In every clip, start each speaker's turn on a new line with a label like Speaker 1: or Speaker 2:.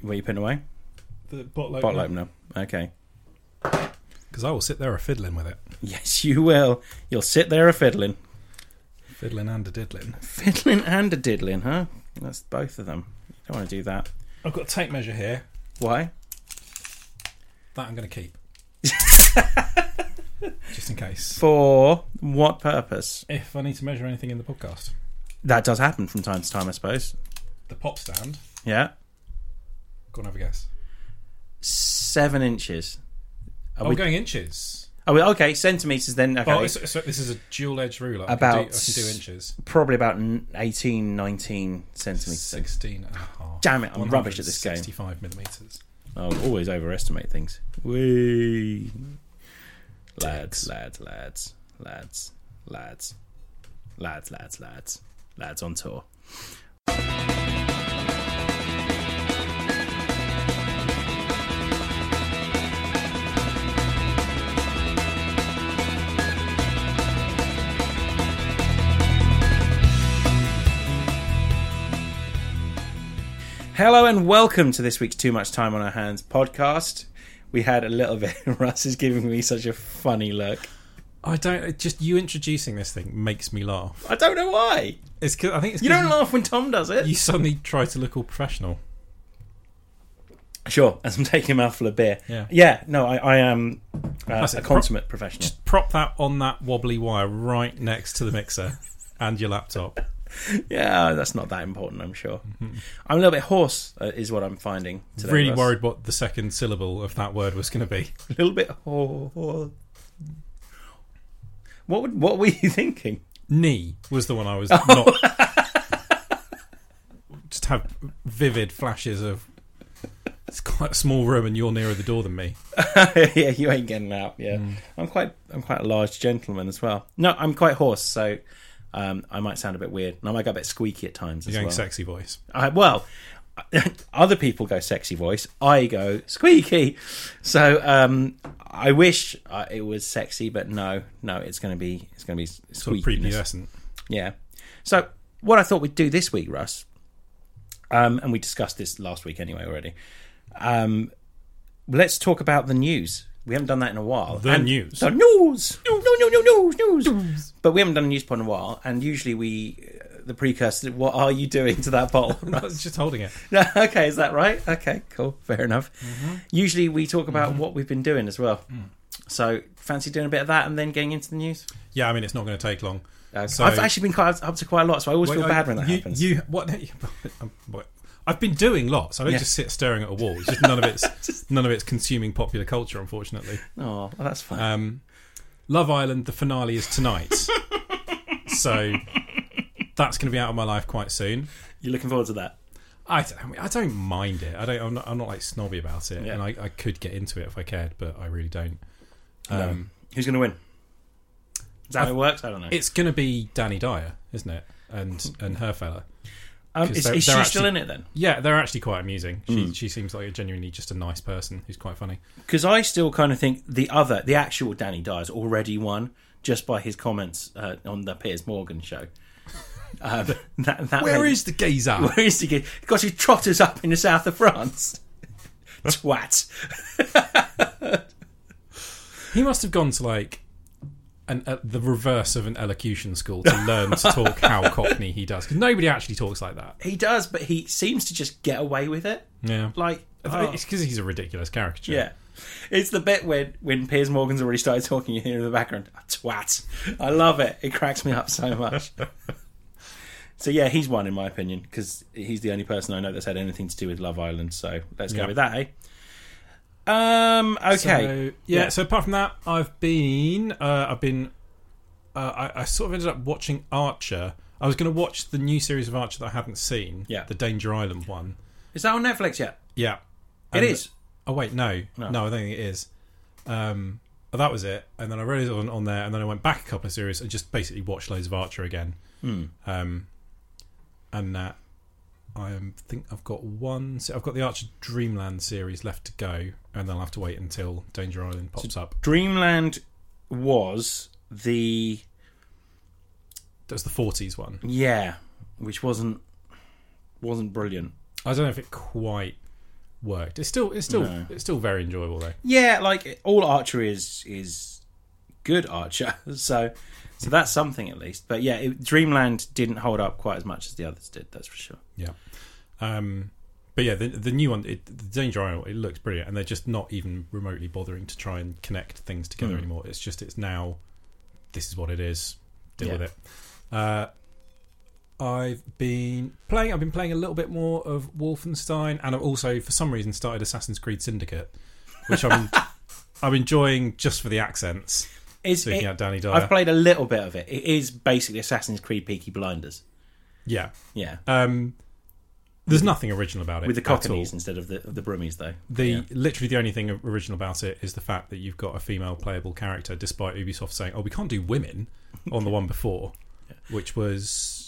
Speaker 1: What are you putting away?
Speaker 2: The bottle opener.
Speaker 1: Bottle opener. Okay.
Speaker 2: Because I will sit there a fiddling with it.
Speaker 1: Yes, you will. You'll sit there a fiddling.
Speaker 2: Fiddling and a diddling.
Speaker 1: Fiddling and a diddling, huh? That's both of them. You don't want to do that.
Speaker 2: I've got a tape measure here
Speaker 1: Why?
Speaker 2: that I'm going to keep. Just in case.
Speaker 1: For what purpose?
Speaker 2: If I need to measure anything in the podcast,
Speaker 1: That does happen from time to time, I suppose.
Speaker 2: the pop stand.
Speaker 1: Yeah.
Speaker 2: Go and have a guess.
Speaker 1: Seven inches. Are
Speaker 2: Oh, I'm
Speaker 1: we-
Speaker 2: going inches.
Speaker 1: Oh, well, okay, centimetres then. Okay.
Speaker 2: Oh, so, so this is a dual edge ruler. I can
Speaker 1: About
Speaker 2: do- I can do
Speaker 1: s-
Speaker 2: inches.
Speaker 1: Probably about n- 18, 19 centimetres.
Speaker 2: 16 and a half.
Speaker 1: Damn it, I'm rubbish at this game.
Speaker 2: 65 millimetres.
Speaker 1: I'll always overestimate things. Wee. Lads,
Speaker 2: Dicks.
Speaker 1: lads, lads, lads, lads, lads, lads, lads, lads on tour. Hello and welcome to this week's Too Much Time on Our Hands podcast. We had a little bit. Russ is giving me such a funny look.
Speaker 2: I don't. it Just you introducing this thing makes me laugh.
Speaker 1: I don't know why.
Speaker 2: It's 'cause- I think it's
Speaker 1: You
Speaker 2: 'cause
Speaker 1: don't laugh when Tom does it.
Speaker 2: You suddenly try to look all professional.
Speaker 1: Sure, as I'm taking a mouthful of beer.
Speaker 2: Yeah.
Speaker 1: Yeah, no, I, I am uh,
Speaker 2: That's
Speaker 1: a
Speaker 2: it.
Speaker 1: consummate professional.
Speaker 2: Just prop that on that wobbly wire right next to the mixer and your laptop.
Speaker 1: yeah, that's not that important, I'm sure. I'm a little bit hoarse, uh, is what I'm finding today.
Speaker 2: Mm-hmm. really
Speaker 1: Russ.
Speaker 2: worried what the second syllable of that word was going to be.
Speaker 1: A little bit hoarse. What, would, what were you thinking?
Speaker 2: Knee was the one I was not. Just have vivid flashes of. It's quite a small room, and you're nearer the door than me.
Speaker 1: yeah, you ain't getting out. Yeah,
Speaker 2: Mm.
Speaker 1: I'm quite, I'm quite a large gentleman as well. No, I'm quite hoarse, so um, I might sound a bit weird, and I might go a bit squeaky at times
Speaker 2: You're
Speaker 1: as
Speaker 2: going
Speaker 1: well.
Speaker 2: sexy voice.
Speaker 1: I, well, other people go sexy voice. I go squeaky. So um, I wish uh, it was sexy, but no, no, it's going to be it's going to be
Speaker 2: Sort of
Speaker 1: squeaky.
Speaker 2: prepubescent.
Speaker 1: Yeah. So what I thought we'd do this week, Russ, um, and we discussed this last week anyway already. Um, let's talk about the news. We haven't done that in a while.
Speaker 2: The
Speaker 1: And-
Speaker 2: news.
Speaker 1: The news. News. News. News. News. News. But we haven't done a news pod in a while, and usually we. uh, The precursor. What are you doing to that bottle?
Speaker 2: I was just holding it.
Speaker 1: No, okay, is that right? Okay, cool, fair enough.
Speaker 2: Mm-hmm.
Speaker 1: Usually we talk about what we've been doing as well.
Speaker 2: Mm.
Speaker 1: So fancy doing a bit of that and then getting into the news.
Speaker 2: Yeah, I mean, it's not going to take long.
Speaker 1: Uh,
Speaker 2: So-
Speaker 1: I've actually been quite up to quite a lot, so I always
Speaker 2: Wait,
Speaker 1: feel
Speaker 2: I-
Speaker 1: bad when that
Speaker 2: you,
Speaker 1: happens.
Speaker 2: You what? um, what- I've been doing lots. I don't
Speaker 1: Yeah.
Speaker 2: just sit staring at a wall. It's just none of it's none of it's consuming popular culture, unfortunately.
Speaker 1: oh, well, that's fine.
Speaker 2: Um, Love Island, the finale is tonight, so that's going to be out of my life quite soon.
Speaker 1: You're looking forward to that.
Speaker 2: I, d- I mean, I don't mind it. I don't. I'm not, I'm not like snobby about it,
Speaker 1: Yeah.
Speaker 2: and I, I could get into it if I cared, but I really don't. Um,
Speaker 1: No. Who's going to win? Is that how it works? I don't know.
Speaker 2: It's going to be Danny Dyer, isn't it? And and her fella.
Speaker 1: Um,
Speaker 2: 'cause
Speaker 1: is
Speaker 2: they're-
Speaker 1: is she
Speaker 2: they're
Speaker 1: still
Speaker 2: actually-
Speaker 1: in it then?
Speaker 2: Yeah, they're actually quite amusing. She
Speaker 1: Hmm.
Speaker 2: she seems like a genuinely just a nice person who's quite funny.
Speaker 1: Because I still kind of think the other, the actual Danny Dyer's already won just by his comments uh, on the Piers Morgan show. Um, that, that
Speaker 2: Where
Speaker 1: made-
Speaker 2: is the geezer?
Speaker 1: Where is he? Get, got you trotters up in the south of France. Twat.
Speaker 2: He must have gone to like an, uh, the reverse of an elocution school to learn to talk how cockney he does. Because nobody actually talks like that.
Speaker 1: He does, but he seems to just get away with it.
Speaker 2: Yeah.
Speaker 1: Like, oh,
Speaker 2: It's because he's a ridiculous caricature.
Speaker 1: yeah. It's the bit when, when Piers Morgan's already started talking, you hear in the background, twat. I love it. It cracks me up so much. so, yeah, he's one, in my opinion, because he's the only person I know that's had anything to do with Love Island. So, let's go
Speaker 2: Yeah.
Speaker 1: with that, eh? Um, okay.
Speaker 2: So, yeah, So apart from that, I've been, uh, I've been, uh, I, I sort of ended up watching Archer. I was going to watch the new series of Archer that I hadn't seen.
Speaker 1: Yeah.
Speaker 2: The Danger Island one.
Speaker 1: Is that on Netflix yet?
Speaker 2: Yeah.
Speaker 1: It
Speaker 2: And-
Speaker 1: is.
Speaker 2: Oh wait, no, no, I don't think it is. Um, oh, that was it, and then I read it on, on there, and then I went back a couple of series and just basically watched loads of Archer again. Um, and uh, I am- think I've got one. se- I've got the Archer Dreamland series left to go, and then I'll have to wait until Danger Island pops up.
Speaker 1: Dreamland was the
Speaker 2: That's the forties one.
Speaker 1: yeah, which wasn't wasn't brilliant.
Speaker 2: I don't know if it quite worked. It's still it's still
Speaker 1: No.
Speaker 2: it's still very enjoyable though.
Speaker 1: Yeah, like all archery is is good archer, so so that's something at least. But yeah, it, Dreamland didn't hold up quite as much as the others did. That's for sure.
Speaker 2: Yeah. Um, but yeah, the the new one, it, the Danger Island, it looks brilliant, and they're just not even remotely bothering to try and connect things together
Speaker 1: Mm.
Speaker 2: anymore. It's just it's now, this is what it is. Deal
Speaker 1: Yeah.
Speaker 2: with it. Uh, I've been playing. I've been playing a little bit more of Wolfenstein, and I've also, for some reason, started Assassin's Creed Syndicate, which I'm I'm enjoying just for the accents.
Speaker 1: Is
Speaker 2: Speaking
Speaker 1: it,
Speaker 2: out Danny Dyer,
Speaker 1: I've played a little bit of it. It is basically Assassin's Creed Peaky Blinders.
Speaker 2: yeah.
Speaker 1: Yeah,
Speaker 2: Um, there's nothing original about it
Speaker 1: with the
Speaker 2: at all.
Speaker 1: Cockneys instead of the of the Brummies though.
Speaker 2: The
Speaker 1: Yeah.
Speaker 2: literally the only thing original about it is the fact that you've got a female playable character, despite Ubisoft saying, "Oh, we can't do women," on the one before, which was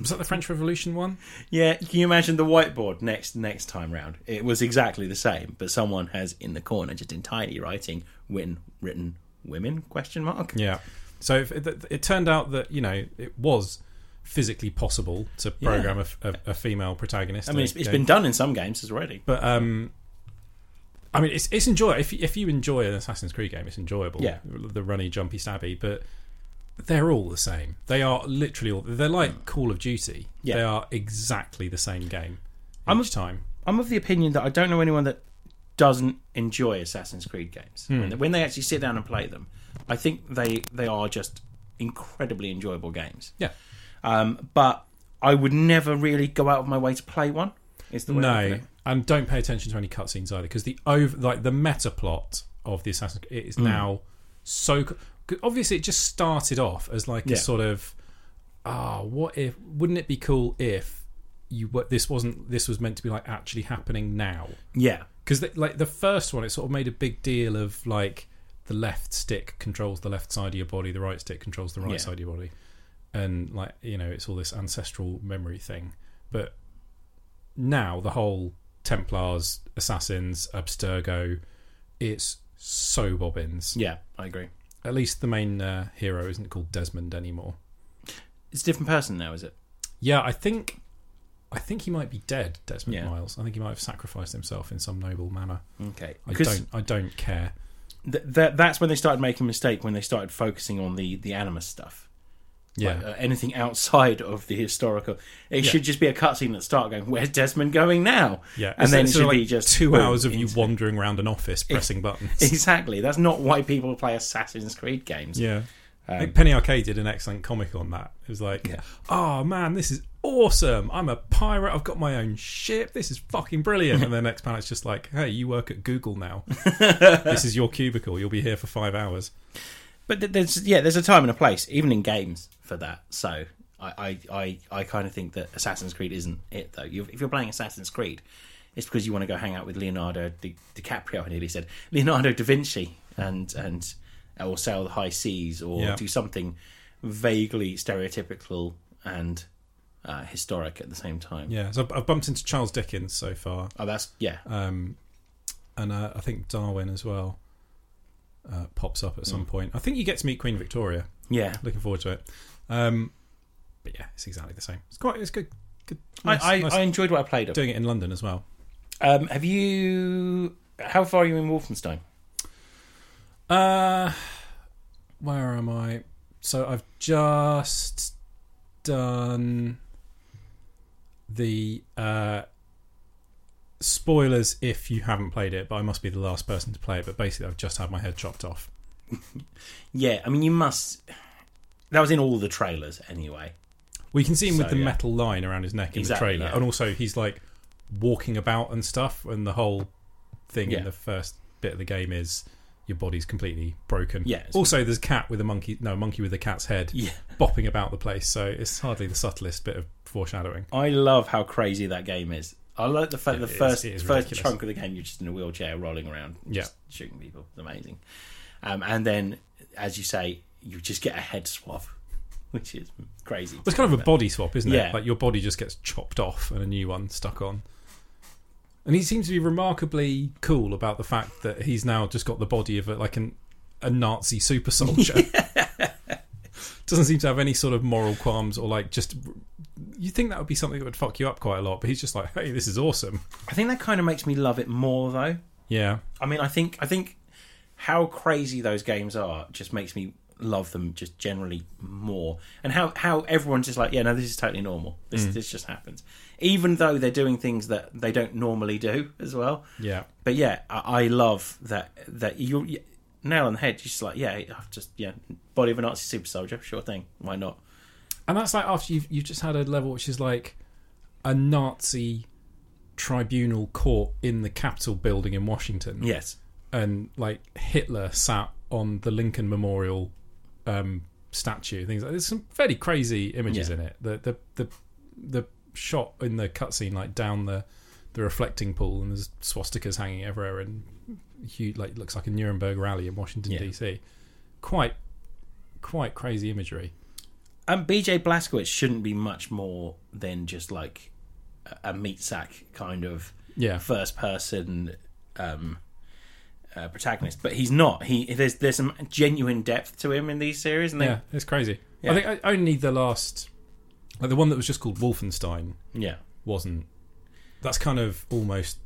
Speaker 2: was that the French Revolution one?
Speaker 1: Yeah, can you imagine the whiteboard next next time round? It was exactly the same, but someone has in the corner just in tiny writing written written women question mark.
Speaker 2: Yeah. So if it, it turned out that you know it was physically possible to program a, a- a female protagonist.
Speaker 1: I mean, it's, it's been done in some games as already.
Speaker 2: but um. I mean, it's it's enjoyable. If you- if you enjoy an Assassin's Creed game, it's enjoyable.
Speaker 1: Yeah.
Speaker 2: the runny, jumpy, stabby, but they're all the same. They are literally all. They're like Call of Duty.
Speaker 1: Mm. Yeah.
Speaker 2: They are exactly the same game each
Speaker 1: I'm-
Speaker 2: time.
Speaker 1: I'm of the opinion that I don't know anyone that doesn't enjoy Assassin's Creed games. When, they, when they actually sit down and play them, I think they they are just incredibly enjoyable games.
Speaker 2: Yeah.
Speaker 1: Um, but I would never really go out of my way to play one. Is the way I put
Speaker 2: No,
Speaker 1: it.
Speaker 2: and don't pay attention to any cutscenes either, because the over like the meta plot of the Assassin's Creed is now so. co- 'cause Obviously, it just started off as like
Speaker 1: Yeah.
Speaker 2: a sort of ah, what if? Wouldn't it be cool if you were, this wasn't this was meant to be like actually happening now?
Speaker 1: Yeah.
Speaker 2: because like the first one, it sort of made a big deal of like the left stick controls the left side of your body, the right stick controls the right
Speaker 1: Yeah.
Speaker 2: side of your body, and like you know, it's all this ancestral memory thing. But now the whole Templars, assassins, Abstergo, it's so bobbins.
Speaker 1: Yeah, I agree.
Speaker 2: At least the main uh, hero isn't called Desmond anymore.
Speaker 1: It's a different person now, is it?
Speaker 2: Yeah, I think. I think he might be dead, Desmond
Speaker 1: Yeah.
Speaker 2: Miles. I think he might have sacrificed himself in some noble manner.
Speaker 1: Okay.
Speaker 2: I
Speaker 1: Because
Speaker 2: don't. I don't care.
Speaker 1: th- th- that's when they started making a mistake when they started focusing on the, the animus stuff.
Speaker 2: Yeah.
Speaker 1: Like, uh, anything outside of the historical. It
Speaker 2: Yeah.
Speaker 1: should just be a cutscene that start going, where's Desmond going now?
Speaker 2: Yeah,
Speaker 1: And
Speaker 2: it's-
Speaker 1: then it
Speaker 2: it's sort
Speaker 1: should
Speaker 2: of
Speaker 1: be
Speaker 2: like
Speaker 1: just
Speaker 2: two
Speaker 1: boom,
Speaker 2: hours of you
Speaker 1: into-
Speaker 2: wandering around an office pressing buttons.
Speaker 1: Exactly. That's not why people play Assassin's Creed games.
Speaker 2: Yeah, I
Speaker 1: Um,
Speaker 2: think Penny Arcade did an excellent comic on that. It was like,
Speaker 1: Yeah.
Speaker 2: "Oh man, this is awesome! I'm a pirate. I've got my own ship. This is fucking brilliant." And the next panel, it's just like, "Hey, you work at Google now. this is your cubicle. You'll be here for five hours."
Speaker 1: But th- there's yeah, there's a time and a place, even in games, for that. So I I, I, I kind of think that Assassin's Creed isn't it though. you if you're playing Assassin's Creed, it's because you want to go hang out with Leonardo Di, DiCaprio. I nearly said Leonardo da Vinci and and or sail the high seas or
Speaker 2: Yeah.
Speaker 1: do something vaguely stereotypical and uh, historic at the same time.
Speaker 2: Yeah, so I've- I've bumped into Charles Dickens so far,
Speaker 1: Oh, that's yeah.
Speaker 2: um, and uh, I think Darwin as well uh, pops up at some
Speaker 1: Hmm.
Speaker 2: point. I think you get to meet Queen Victoria.
Speaker 1: Yeah,
Speaker 2: looking forward to it. Um, but yeah, it's exactly the same. It's quite it's good. Good. nice-
Speaker 1: I, I,
Speaker 2: nice
Speaker 1: I enjoyed what I played. Of.
Speaker 2: doing it in London as well.
Speaker 1: Um, have you? How far are you in Wolfenstein?
Speaker 2: Uh, where am I? So I've just done the uh, spoilers if you haven't played it, but I must be the last person to play it. But basically, I've just had my head chopped off.
Speaker 1: Yeah, I mean, you must. That was in all the trailers, anyway.
Speaker 2: We can see him with
Speaker 1: So,
Speaker 2: the
Speaker 1: yeah.
Speaker 2: metal line around his neck in
Speaker 1: Exactly,
Speaker 2: the trailer,
Speaker 1: yeah.
Speaker 2: and also he's like walking about and stuff. And the whole thing
Speaker 1: Yeah.
Speaker 2: in the first bit of the game is your body's completely broken.
Speaker 1: Yeah, it's-
Speaker 2: Also, there's a cat with a monkey, no, a monkey with a cat's head,
Speaker 1: Yeah.
Speaker 2: bopping about the place. So it's hardly the subtlest bit of foreshadowing.
Speaker 1: I love how crazy that game is. I like the fact
Speaker 2: It
Speaker 1: the
Speaker 2: is-
Speaker 1: first
Speaker 2: it is
Speaker 1: first
Speaker 2: ridiculous.
Speaker 1: chunk of the game you're just in a wheelchair rolling around, just shooting people. It's amazing. Um, and then, as you say, you just get a head swab, which is crazy.
Speaker 2: It's kind of a body swap, isn't
Speaker 1: Yeah.
Speaker 2: it? Like your body just gets chopped off and a new one stuck on. And he seems to be remarkably cool about the fact that he's now just got the body of a, like an, a Nazi super soldier. Doesn't seem to have any sort of moral qualms or like just you think that would be something that would fuck you up quite a lot, but he's just like, hey, this is awesome.
Speaker 1: I think that kind of makes me love it more though.
Speaker 2: Yeah,
Speaker 1: I mean, I think I think how crazy those games are just makes me love them just generally more, and how how everyone's just like, yeah, no, this is totally normal. This this just happens, even though they're doing things that they don't normally do as well.
Speaker 2: yeah,
Speaker 1: But yeah, I, I love that that you you- nail on the head. You're just like, yeah, I've just yeah, body of a Nazi super soldier, sure thing. Why not?
Speaker 2: and that's like after you've you've just had a level which is like a Nazi tribunal court in the Capitol building in Washington.
Speaker 1: Yes,
Speaker 2: and like Hitler sat on the Lincoln Memorial um, statue. Things like there's some fairly crazy images
Speaker 1: Yeah.
Speaker 2: in it. The the the the shot in the cutscene like down the the reflecting pool and there's swastikas hanging everywhere and huge like looks like a Nuremberg rally in Washington
Speaker 1: Yeah.
Speaker 2: DC. Quite quite crazy imagery.
Speaker 1: and BJ Blazkowicz shouldn't be much more than just like a- a meat sack kind of
Speaker 2: Yeah.
Speaker 1: first person um, uh, protagonist, but he's not. He there's there's some genuine depth to him in these series, and they,
Speaker 2: Yeah, it's crazy.
Speaker 1: Yeah.
Speaker 2: I think o- only the last like the one that was just called Wolfenstein
Speaker 1: yeah,
Speaker 2: wasn't. That's kind of almost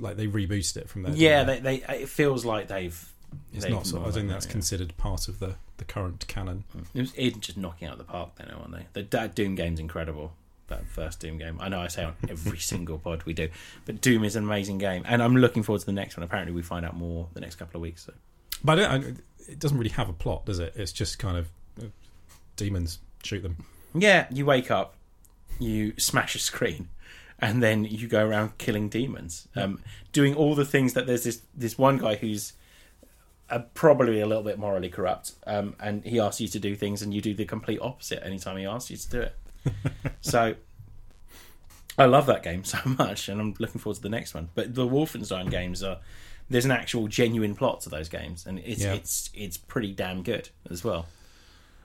Speaker 2: like they rebooted it from there.
Speaker 1: yeah.
Speaker 2: didn't they?
Speaker 1: They, they it feels like they've.
Speaker 2: it's
Speaker 1: they've
Speaker 2: not. Sort of, I think that's
Speaker 1: yeah. Hmm.
Speaker 2: considered part of the the current canon.
Speaker 1: It was it's just knocking out of the park, then, aren't they? The that Doom game's incredible. That first Doom game. I know I say on every single pod we do, but Doom is an amazing game, and I'm looking forward to the next one. Apparently, we find out more the next couple of weeks. So.
Speaker 2: But I don't, I, it doesn't really have a plot, does it? It's just kind of uh, demons shoot them.
Speaker 1: Yeah, you wake up, you smash a screen, and then you go around killing demons, um, doing all the things that there's this this one guy who's uh, probably a little bit morally corrupt, um, and he asks you to do things, and you do the complete opposite anytime he asks you to do it. so. I love that game so much, and I'm looking forward to the next one. But the Wolfenstein games are there's an actual genuine plot to those games, and it's
Speaker 2: Yeah.
Speaker 1: it's it's pretty damn good as well.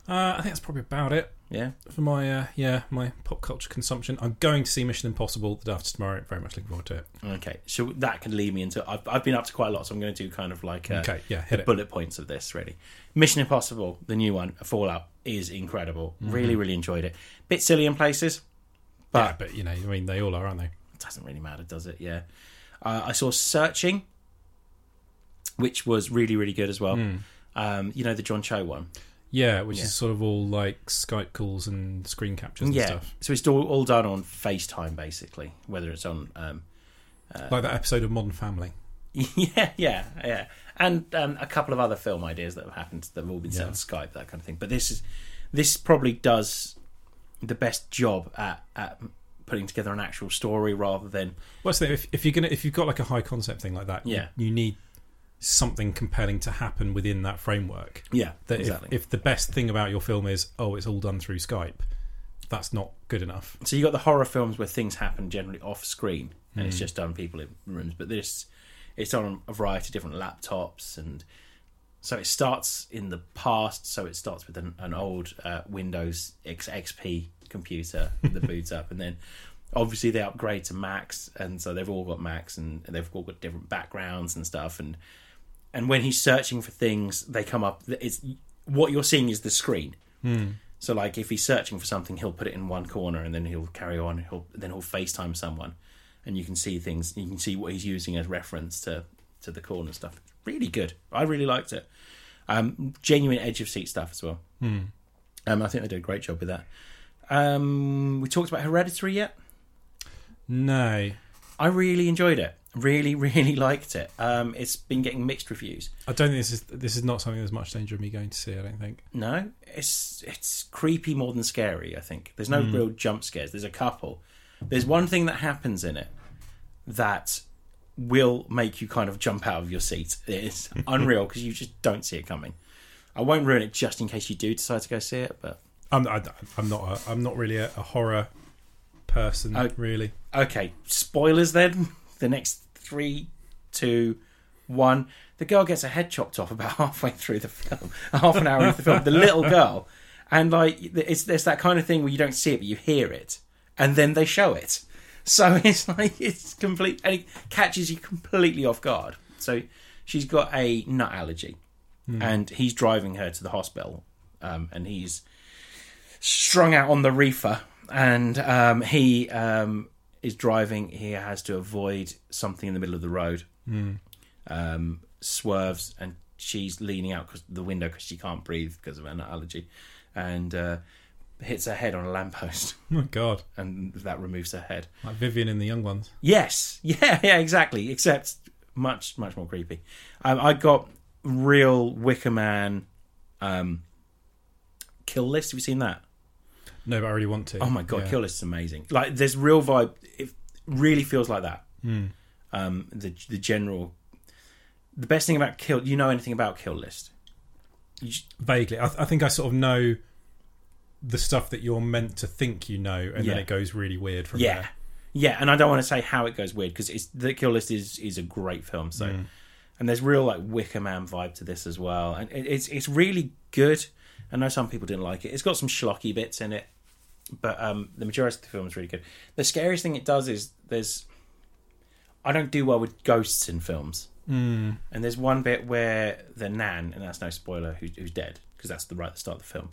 Speaker 2: Uh, I think that's probably about it
Speaker 1: Yeah,
Speaker 2: for my uh, yeah my pop culture consumption. I'm going to see Mission Impossible the day after tomorrow. Very much looking forward to it.
Speaker 1: Okay, so that could lead me into. I've, I've been up to quite a lot, so I'm going to do kind of like uh,
Speaker 2: Okay, yeah, hit it.
Speaker 1: bullet points of this really. Mission Impossible, the new one, Fallout is incredible.
Speaker 2: Mm-hmm.
Speaker 1: Really, really enjoyed it. Bit silly in places, but
Speaker 2: yeah, but you know, I mean, they all are, aren't they?
Speaker 1: it doesn't really matter, does it? Yeah. Uh, I saw Searching, which was really, really good as well.
Speaker 2: Hmm.
Speaker 1: Um, you know the John Cho one.
Speaker 2: Yeah, which
Speaker 1: Yeah.
Speaker 2: is sort of all like Skype calls and screen captures and
Speaker 1: yeah.
Speaker 2: stuff.
Speaker 1: So it's all, all done on FaceTime basically, whether it's on um,
Speaker 2: like that episode of Modern Family.
Speaker 1: yeah, yeah, yeah, and um, a couple of other film ideas that have happened that have all been set
Speaker 2: Yeah.
Speaker 1: on Skype, that kind of thing. But this is this probably does the best job at, at putting together an actual story rather than
Speaker 2: Well, so if, if you're gonna if you've got like a high concept thing like that, you-
Speaker 1: Yeah.
Speaker 2: you, need something compelling to happen within that framework.
Speaker 1: yeah,
Speaker 2: That if-
Speaker 1: exactly.
Speaker 2: if, the best thing about your film is oh, it's all done through Skype, that's not good enough.
Speaker 1: so you got the horror films where things happen generally off screen and it's just done people in rooms, but this it's on a variety of different laptops and. So it starts in the past. So it starts with an, an old uh, Windows X, XP computer that boots up, and then obviously they upgrade to Macs, and so they've all got Macs, and they've all got different backgrounds and stuff. And and when he's searching for things, they come up. It's what you're seeing is the screen. So like if he's searching for something, he'll put it in one corner, and then he'll carry on. He'll then he'll FaceTime someone, and you can see things. You can see what he's using as reference to to the corner stuff. Really good. I really liked it um, genuine edge of seat stuff as well. Um, I think they did a great job with that. Um, we talked about Hereditary yet.
Speaker 2: No,
Speaker 1: I really enjoyed it. Really, really liked it. Um, it's been getting mixed reviews.
Speaker 2: I don't think this is this is not something there's much danger of me going to see. I don't think.
Speaker 1: No, it's it's creepy more than scary. I think there's no real jump scares. There's a couple. There's one thing that happens in it that will make you kind of jump out of your seat. It's unreal because you just don't see it coming. I won't ruin it just in case you do decide to go see it, but
Speaker 2: I'm I, I'm not a, I'm not really a, a horror person
Speaker 1: Oh.
Speaker 2: really.
Speaker 1: Okay, spoilers then. The next three, two, one. The girl gets her head chopped off about halfway through the film, half an hour into the film. The little girl, and like it's there's that kind of thing where you don't see it but you hear it, and then they show it. So it's like it's complete, and it catches you completely off guard. So she's got a nut allergy, and he's driving her to the hospital, um, and he's strung out on the reefer and um, he um, is driving. He has to avoid something in the middle of the road. Um, swerves, and she's leaning out 'cause- the window because she can't breathe because of an allergy, and uh, hits her head on a lamppost,
Speaker 2: Oh my god,
Speaker 1: and that removes her head.
Speaker 2: like Vivian in the Young Ones.
Speaker 1: Yes, yeah, yeah, exactly. Except much, much more creepy. Um, I got real Wicker Man um, kill list. Have you seen that?
Speaker 2: No, but I really want to.
Speaker 1: Oh my god,
Speaker 2: Yeah.
Speaker 1: Kill List is amazing. Like there's real vibe. It really feels like that. Um, the the general, the best thing about Kill. You know anything about Kill List? You j-
Speaker 2: Vaguely, I, I think I sort of know the stuff that you're meant to think you know, and then
Speaker 1: Yeah.
Speaker 2: it goes really weird from
Speaker 1: yeah,
Speaker 2: there.
Speaker 1: yeah. And I don't want to say how it goes weird because it's the Kill List is is a great film. So,
Speaker 2: Mm.
Speaker 1: and there's real like Wicker Man vibe to this as well. And it, it's it's really good. I know some people didn't like it. It's got some schlocky bits in it, but um, the majority of the film is really good. The scariest thing it does is there's. I don't do well with ghosts in films.
Speaker 2: Mm.
Speaker 1: And there's one bit where the nan, and that's no spoiler, who, who's dead because that's the right at the start of the film.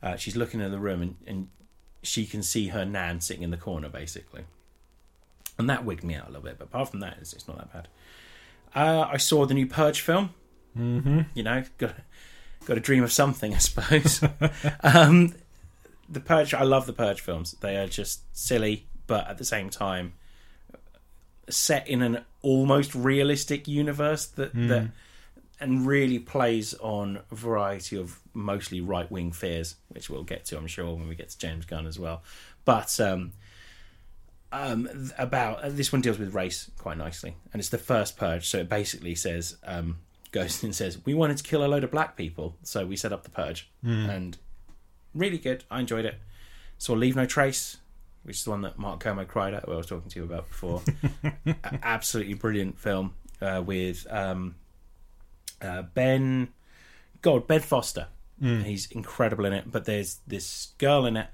Speaker 1: Uh, she's looking in the room and, and she can see her nan sitting in the corner basically, and that wigged me out a little bit. But apart from that, it's, it's not that bad. Uh, I saw the new Purge film.
Speaker 2: Mm-hmm.
Speaker 1: You know, got got to dream of something, I suppose. um, the Purge. I love the Purge films. They are just silly, but at the same time, set in an almost realistic universe that that and really plays on a variety of mostly right wing fears, which we'll get to, I'm sure, when we get to James Gunn as well. But um, um, th- about uh, this one deals with race quite nicely, and it's the first purge, so it basically says um, goes and says we wanted to kill a load of black people, so we set up the purge, and really good. I enjoyed it. Saw Leave No Trace, which is the one that Mark Como cried at, who I was talking to you about before. A- absolutely brilliant film uh, with um, uh, Ben, God, Ben Foster. He's incredible in it. But there's this girl in it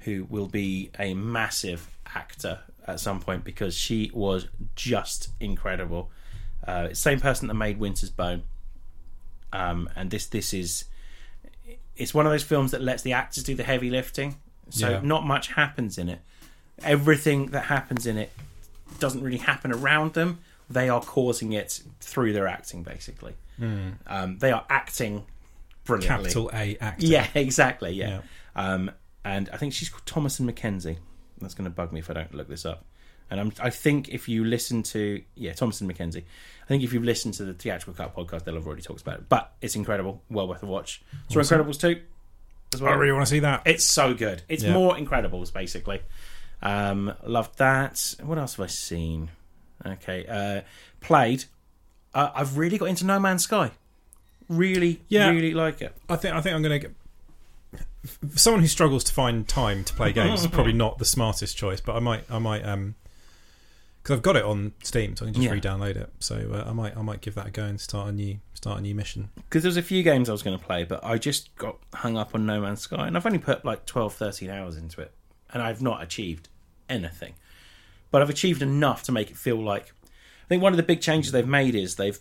Speaker 1: who will be a massive actor at some point because she was just incredible. Uh, same person that made Winter's Bone. Um, and this this is it's one of those films that lets the actors do the heavy lifting. So
Speaker 2: Yeah.
Speaker 1: not much happens in it. Everything that happens in it doesn't really happen around them. They are causing it through their acting, basically. Um, they are acting brilliantly.
Speaker 2: Hmm. Capital A actor.
Speaker 1: Yeah, exactly. Yeah.
Speaker 2: Yeah.
Speaker 1: Um, and I think she's called Thomas and Mackenzie. That's going to bug me if I don't look this up. And I'm, I think if you listen to yeah Thomas and Mackenzie, I think if you've listened to the theatrical cut podcast, they'll have already talked about it. But it's incredible, well worth a watch. So Incredibles two, as
Speaker 2: I really want to see that.
Speaker 1: it's so good. It's
Speaker 2: Yeah.
Speaker 1: more Incredibles, basically. Um, loved that. What else have I seen? Okay, uh, played. Uh, I've really got into No Man's Sky. Really,
Speaker 2: Yeah.
Speaker 1: really like it.
Speaker 2: I think I think I'm going to. For someone who struggles to find time to play games is probably not the smartest choice, but I might I might um because I've got it on Steam, so I can just
Speaker 1: Yeah.
Speaker 2: re-download it. So uh, I might I might give that a go and start a new start a new mission.
Speaker 1: Because there was a few games I was going to play, but I just got hung up on No Man's Sky, and I've only put like 12, 13 hours into it, and I've not achieved anything. But I've achieved enough to make it feel like. I think one of the big changes they've made is they've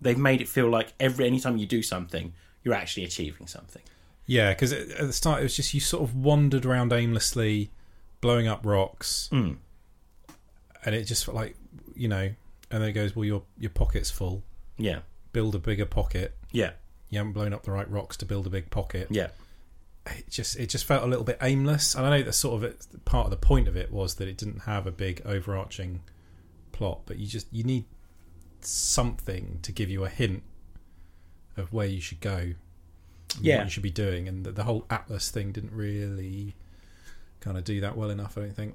Speaker 1: they've made it feel like every anytime you do something, you're actually achieving something.
Speaker 2: Yeah, because at the start it was just you sort of wandered around aimlessly, blowing up rocks, and it just felt like you know. And then it goes, well, your your pocket's full.
Speaker 1: Yeah,
Speaker 2: Build a bigger pocket.
Speaker 1: yeah,
Speaker 2: You haven't blown up the right rocks to build a big pocket.
Speaker 1: yeah,
Speaker 2: it just it just felt a little bit aimless and i know that sort of it, part of the point of it was that it didn't have a big overarching plot but you just you need something to give you a hint of where you should go and
Speaker 1: Yeah.
Speaker 2: what you should be doing and the, the whole atlas thing didn't really kind of do that well enough i don't think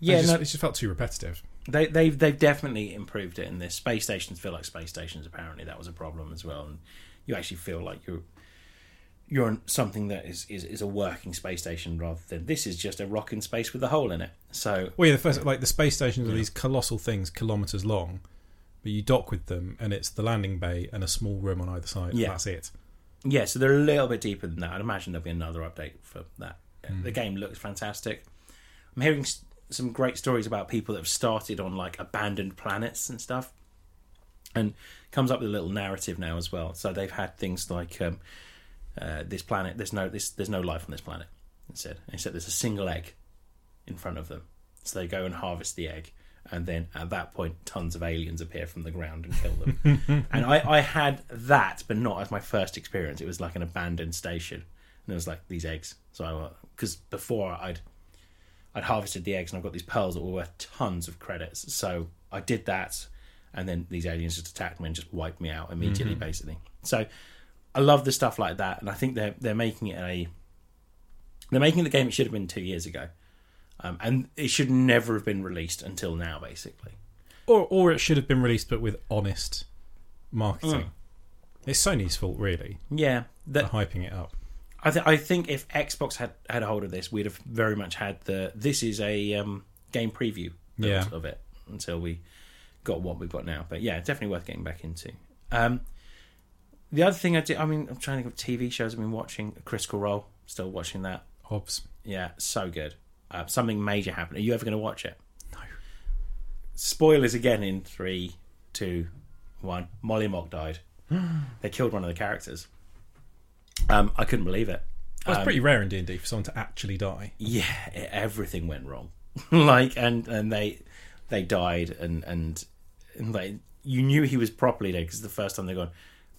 Speaker 1: yeah.
Speaker 2: it just,
Speaker 1: no,
Speaker 2: it just felt too repetitive
Speaker 1: They, they've they've definitely improved it in this. Space stations feel like space stations. Apparently, that was a problem as well, and you actually feel like you're you're on something that is, is, is a working space station rather than this is just a rock in space with a hole in it. So
Speaker 2: well yeah the first like the space stations are these colossal things kilometers long but you dock with them and it's the landing bay and a small room on either side
Speaker 1: Yeah.
Speaker 2: and that's it
Speaker 1: yeah, so they're a little bit deeper than that. I'd imagine there'll be another update for that. The game looks fantastic. I'm hearing s- some great stories about people that have started on like abandoned planets and stuff, and comes up with a little narrative now as well. So they've had things like um, uh, this planet. There's no this. There's no life on this planet. It said, and he said there's a single egg in front of them. So they go and harvest the egg, and then at that point, tons of aliens appear from the ground and kill them. and I, I had that, but not as my first experience. It was like an abandoned station, and there was like these eggs. So I, because before I'd, I'd harvested the eggs, and I've got these pearls that were worth tons of credits. So I did that, and then these aliens just attacked me and just wiped me out immediately, basically. So I love the stuff like that, and I think they're they're making it a they're making the game it should have been two years ago, um, and it should never have been released until now, basically.
Speaker 2: Or, or it should have been released, but with honest marketing. It's Sony's fault, really,
Speaker 1: Yeah,
Speaker 2: for
Speaker 1: Hmm. that
Speaker 2: hyping it up.
Speaker 1: I think I think if Xbox had had a hold of this, we'd have very much had the this is a um, game preview build
Speaker 2: Yeah.
Speaker 1: of it until we got what we've got now. But yeah, definitely worth getting back into. Um, the other thing I did, I mean, I'm trying to think of TV shows I've been watching. Critical Role, still watching that.
Speaker 2: Hobbs.
Speaker 1: Yeah, so good. Uh, something major happened. Are you ever going to watch it?
Speaker 2: No.
Speaker 1: Spoilers again in three, two, one. Molly Mock died. they killed one of the characters. Um, I couldn't believe it.
Speaker 2: Well, it's pretty rare in D&D for someone to actually die.
Speaker 1: Yeah, e- everything went wrong. like, and and they they died, and and, and like you knew he was properly dead because the first time they gone,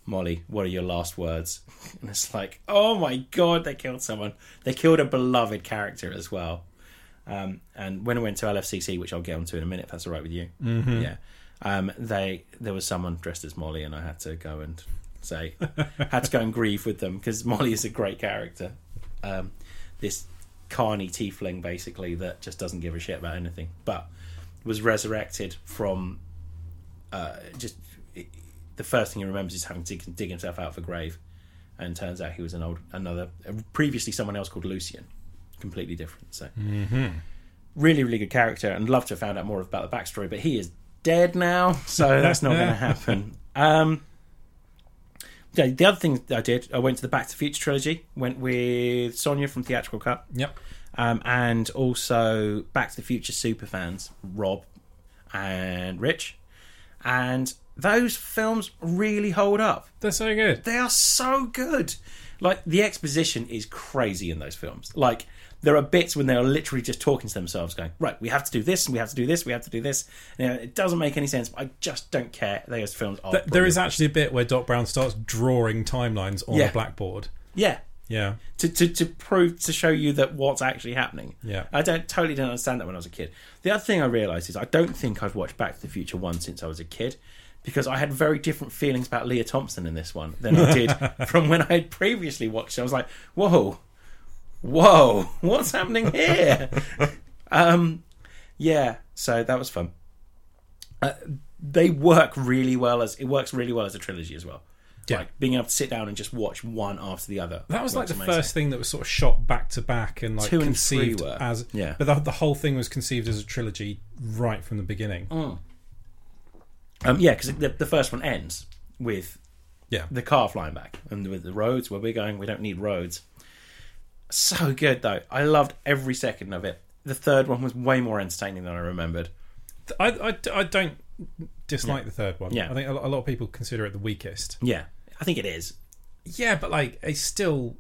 Speaker 1: Molly, what are your last words? And it's like, oh my god, they killed someone. They killed a beloved character as well. Um, and when I went to LFCC, which I'll get onto in a minute, if that's all right with you. Yeah. Um, they there was someone dressed as Molly, and I had to go and say, had to go and grieve with them because Molly is a great character. Um, this carny tiefling, basically, that just doesn't give a shit about anything, but was resurrected from uh, just the first thing he remembers is having to dig himself out of a grave, and turns out he was an old another uh, previously someone else called Lucian, completely different. So really, really good character, and love to have found out more about the backstory. But he is dead now, so that's not going to happen. Um, yeah, the other thing I did, I went to the Back to the Future trilogy. Went with Sonia from Theatrical Cut,
Speaker 2: Yep.
Speaker 1: um, and also Back to the Future superfans Rob and Rich, and those films really hold up
Speaker 2: They're so good.
Speaker 1: they are so good. Like the exposition is crazy in those films. Like there are bits when they are literally just talking to themselves, going, "Right, we have to do this, and we have to do this, we have to do this." You know, it doesn't make any sense. But I just don't care. Those films are.
Speaker 2: Th- there is
Speaker 1: brilliant.
Speaker 2: actually a bit where Doc Brown starts drawing timelines on
Speaker 1: Yeah.
Speaker 2: a blackboard.
Speaker 1: yeah
Speaker 2: Yeah.
Speaker 1: to, to to prove to show you that what's actually happening.
Speaker 2: Yeah.
Speaker 1: I don't totally didn't understand that when I was a kid. The other thing I realised is I don't think I've watched Back to the Future one since I was a kid. Because I had very different feelings about Leah Thompson in this one than I did from when I had previously watched. it. I was like, "Whoa, whoa, what's happening here? um, yeah, so that was fun. Uh, they work really well as it works really well as a trilogy as well.
Speaker 2: Yeah.
Speaker 1: Like being able to sit down and just watch one after the other.
Speaker 2: That was like
Speaker 1: works
Speaker 2: the
Speaker 1: amazing.
Speaker 2: first thing that was sort of shot back to back and like
Speaker 1: Two and
Speaker 2: conceived
Speaker 1: three were.
Speaker 2: as
Speaker 1: Yeah.
Speaker 2: But the, the whole thing was conceived as a trilogy right from the beginning.
Speaker 1: Hmm. Um, yeah, because the, the first one ends with
Speaker 2: Yeah.
Speaker 1: the car flying back, and with the roads where we're going, we don't need roads. So good though, I loved every second of it. The third one was way more entertaining than I remembered.
Speaker 2: I, I, I don't dislike the third one.
Speaker 1: Yeah.
Speaker 2: I think a lot, a lot of people consider it the weakest.
Speaker 1: Yeah, I think it is.
Speaker 2: Yeah, but like it's still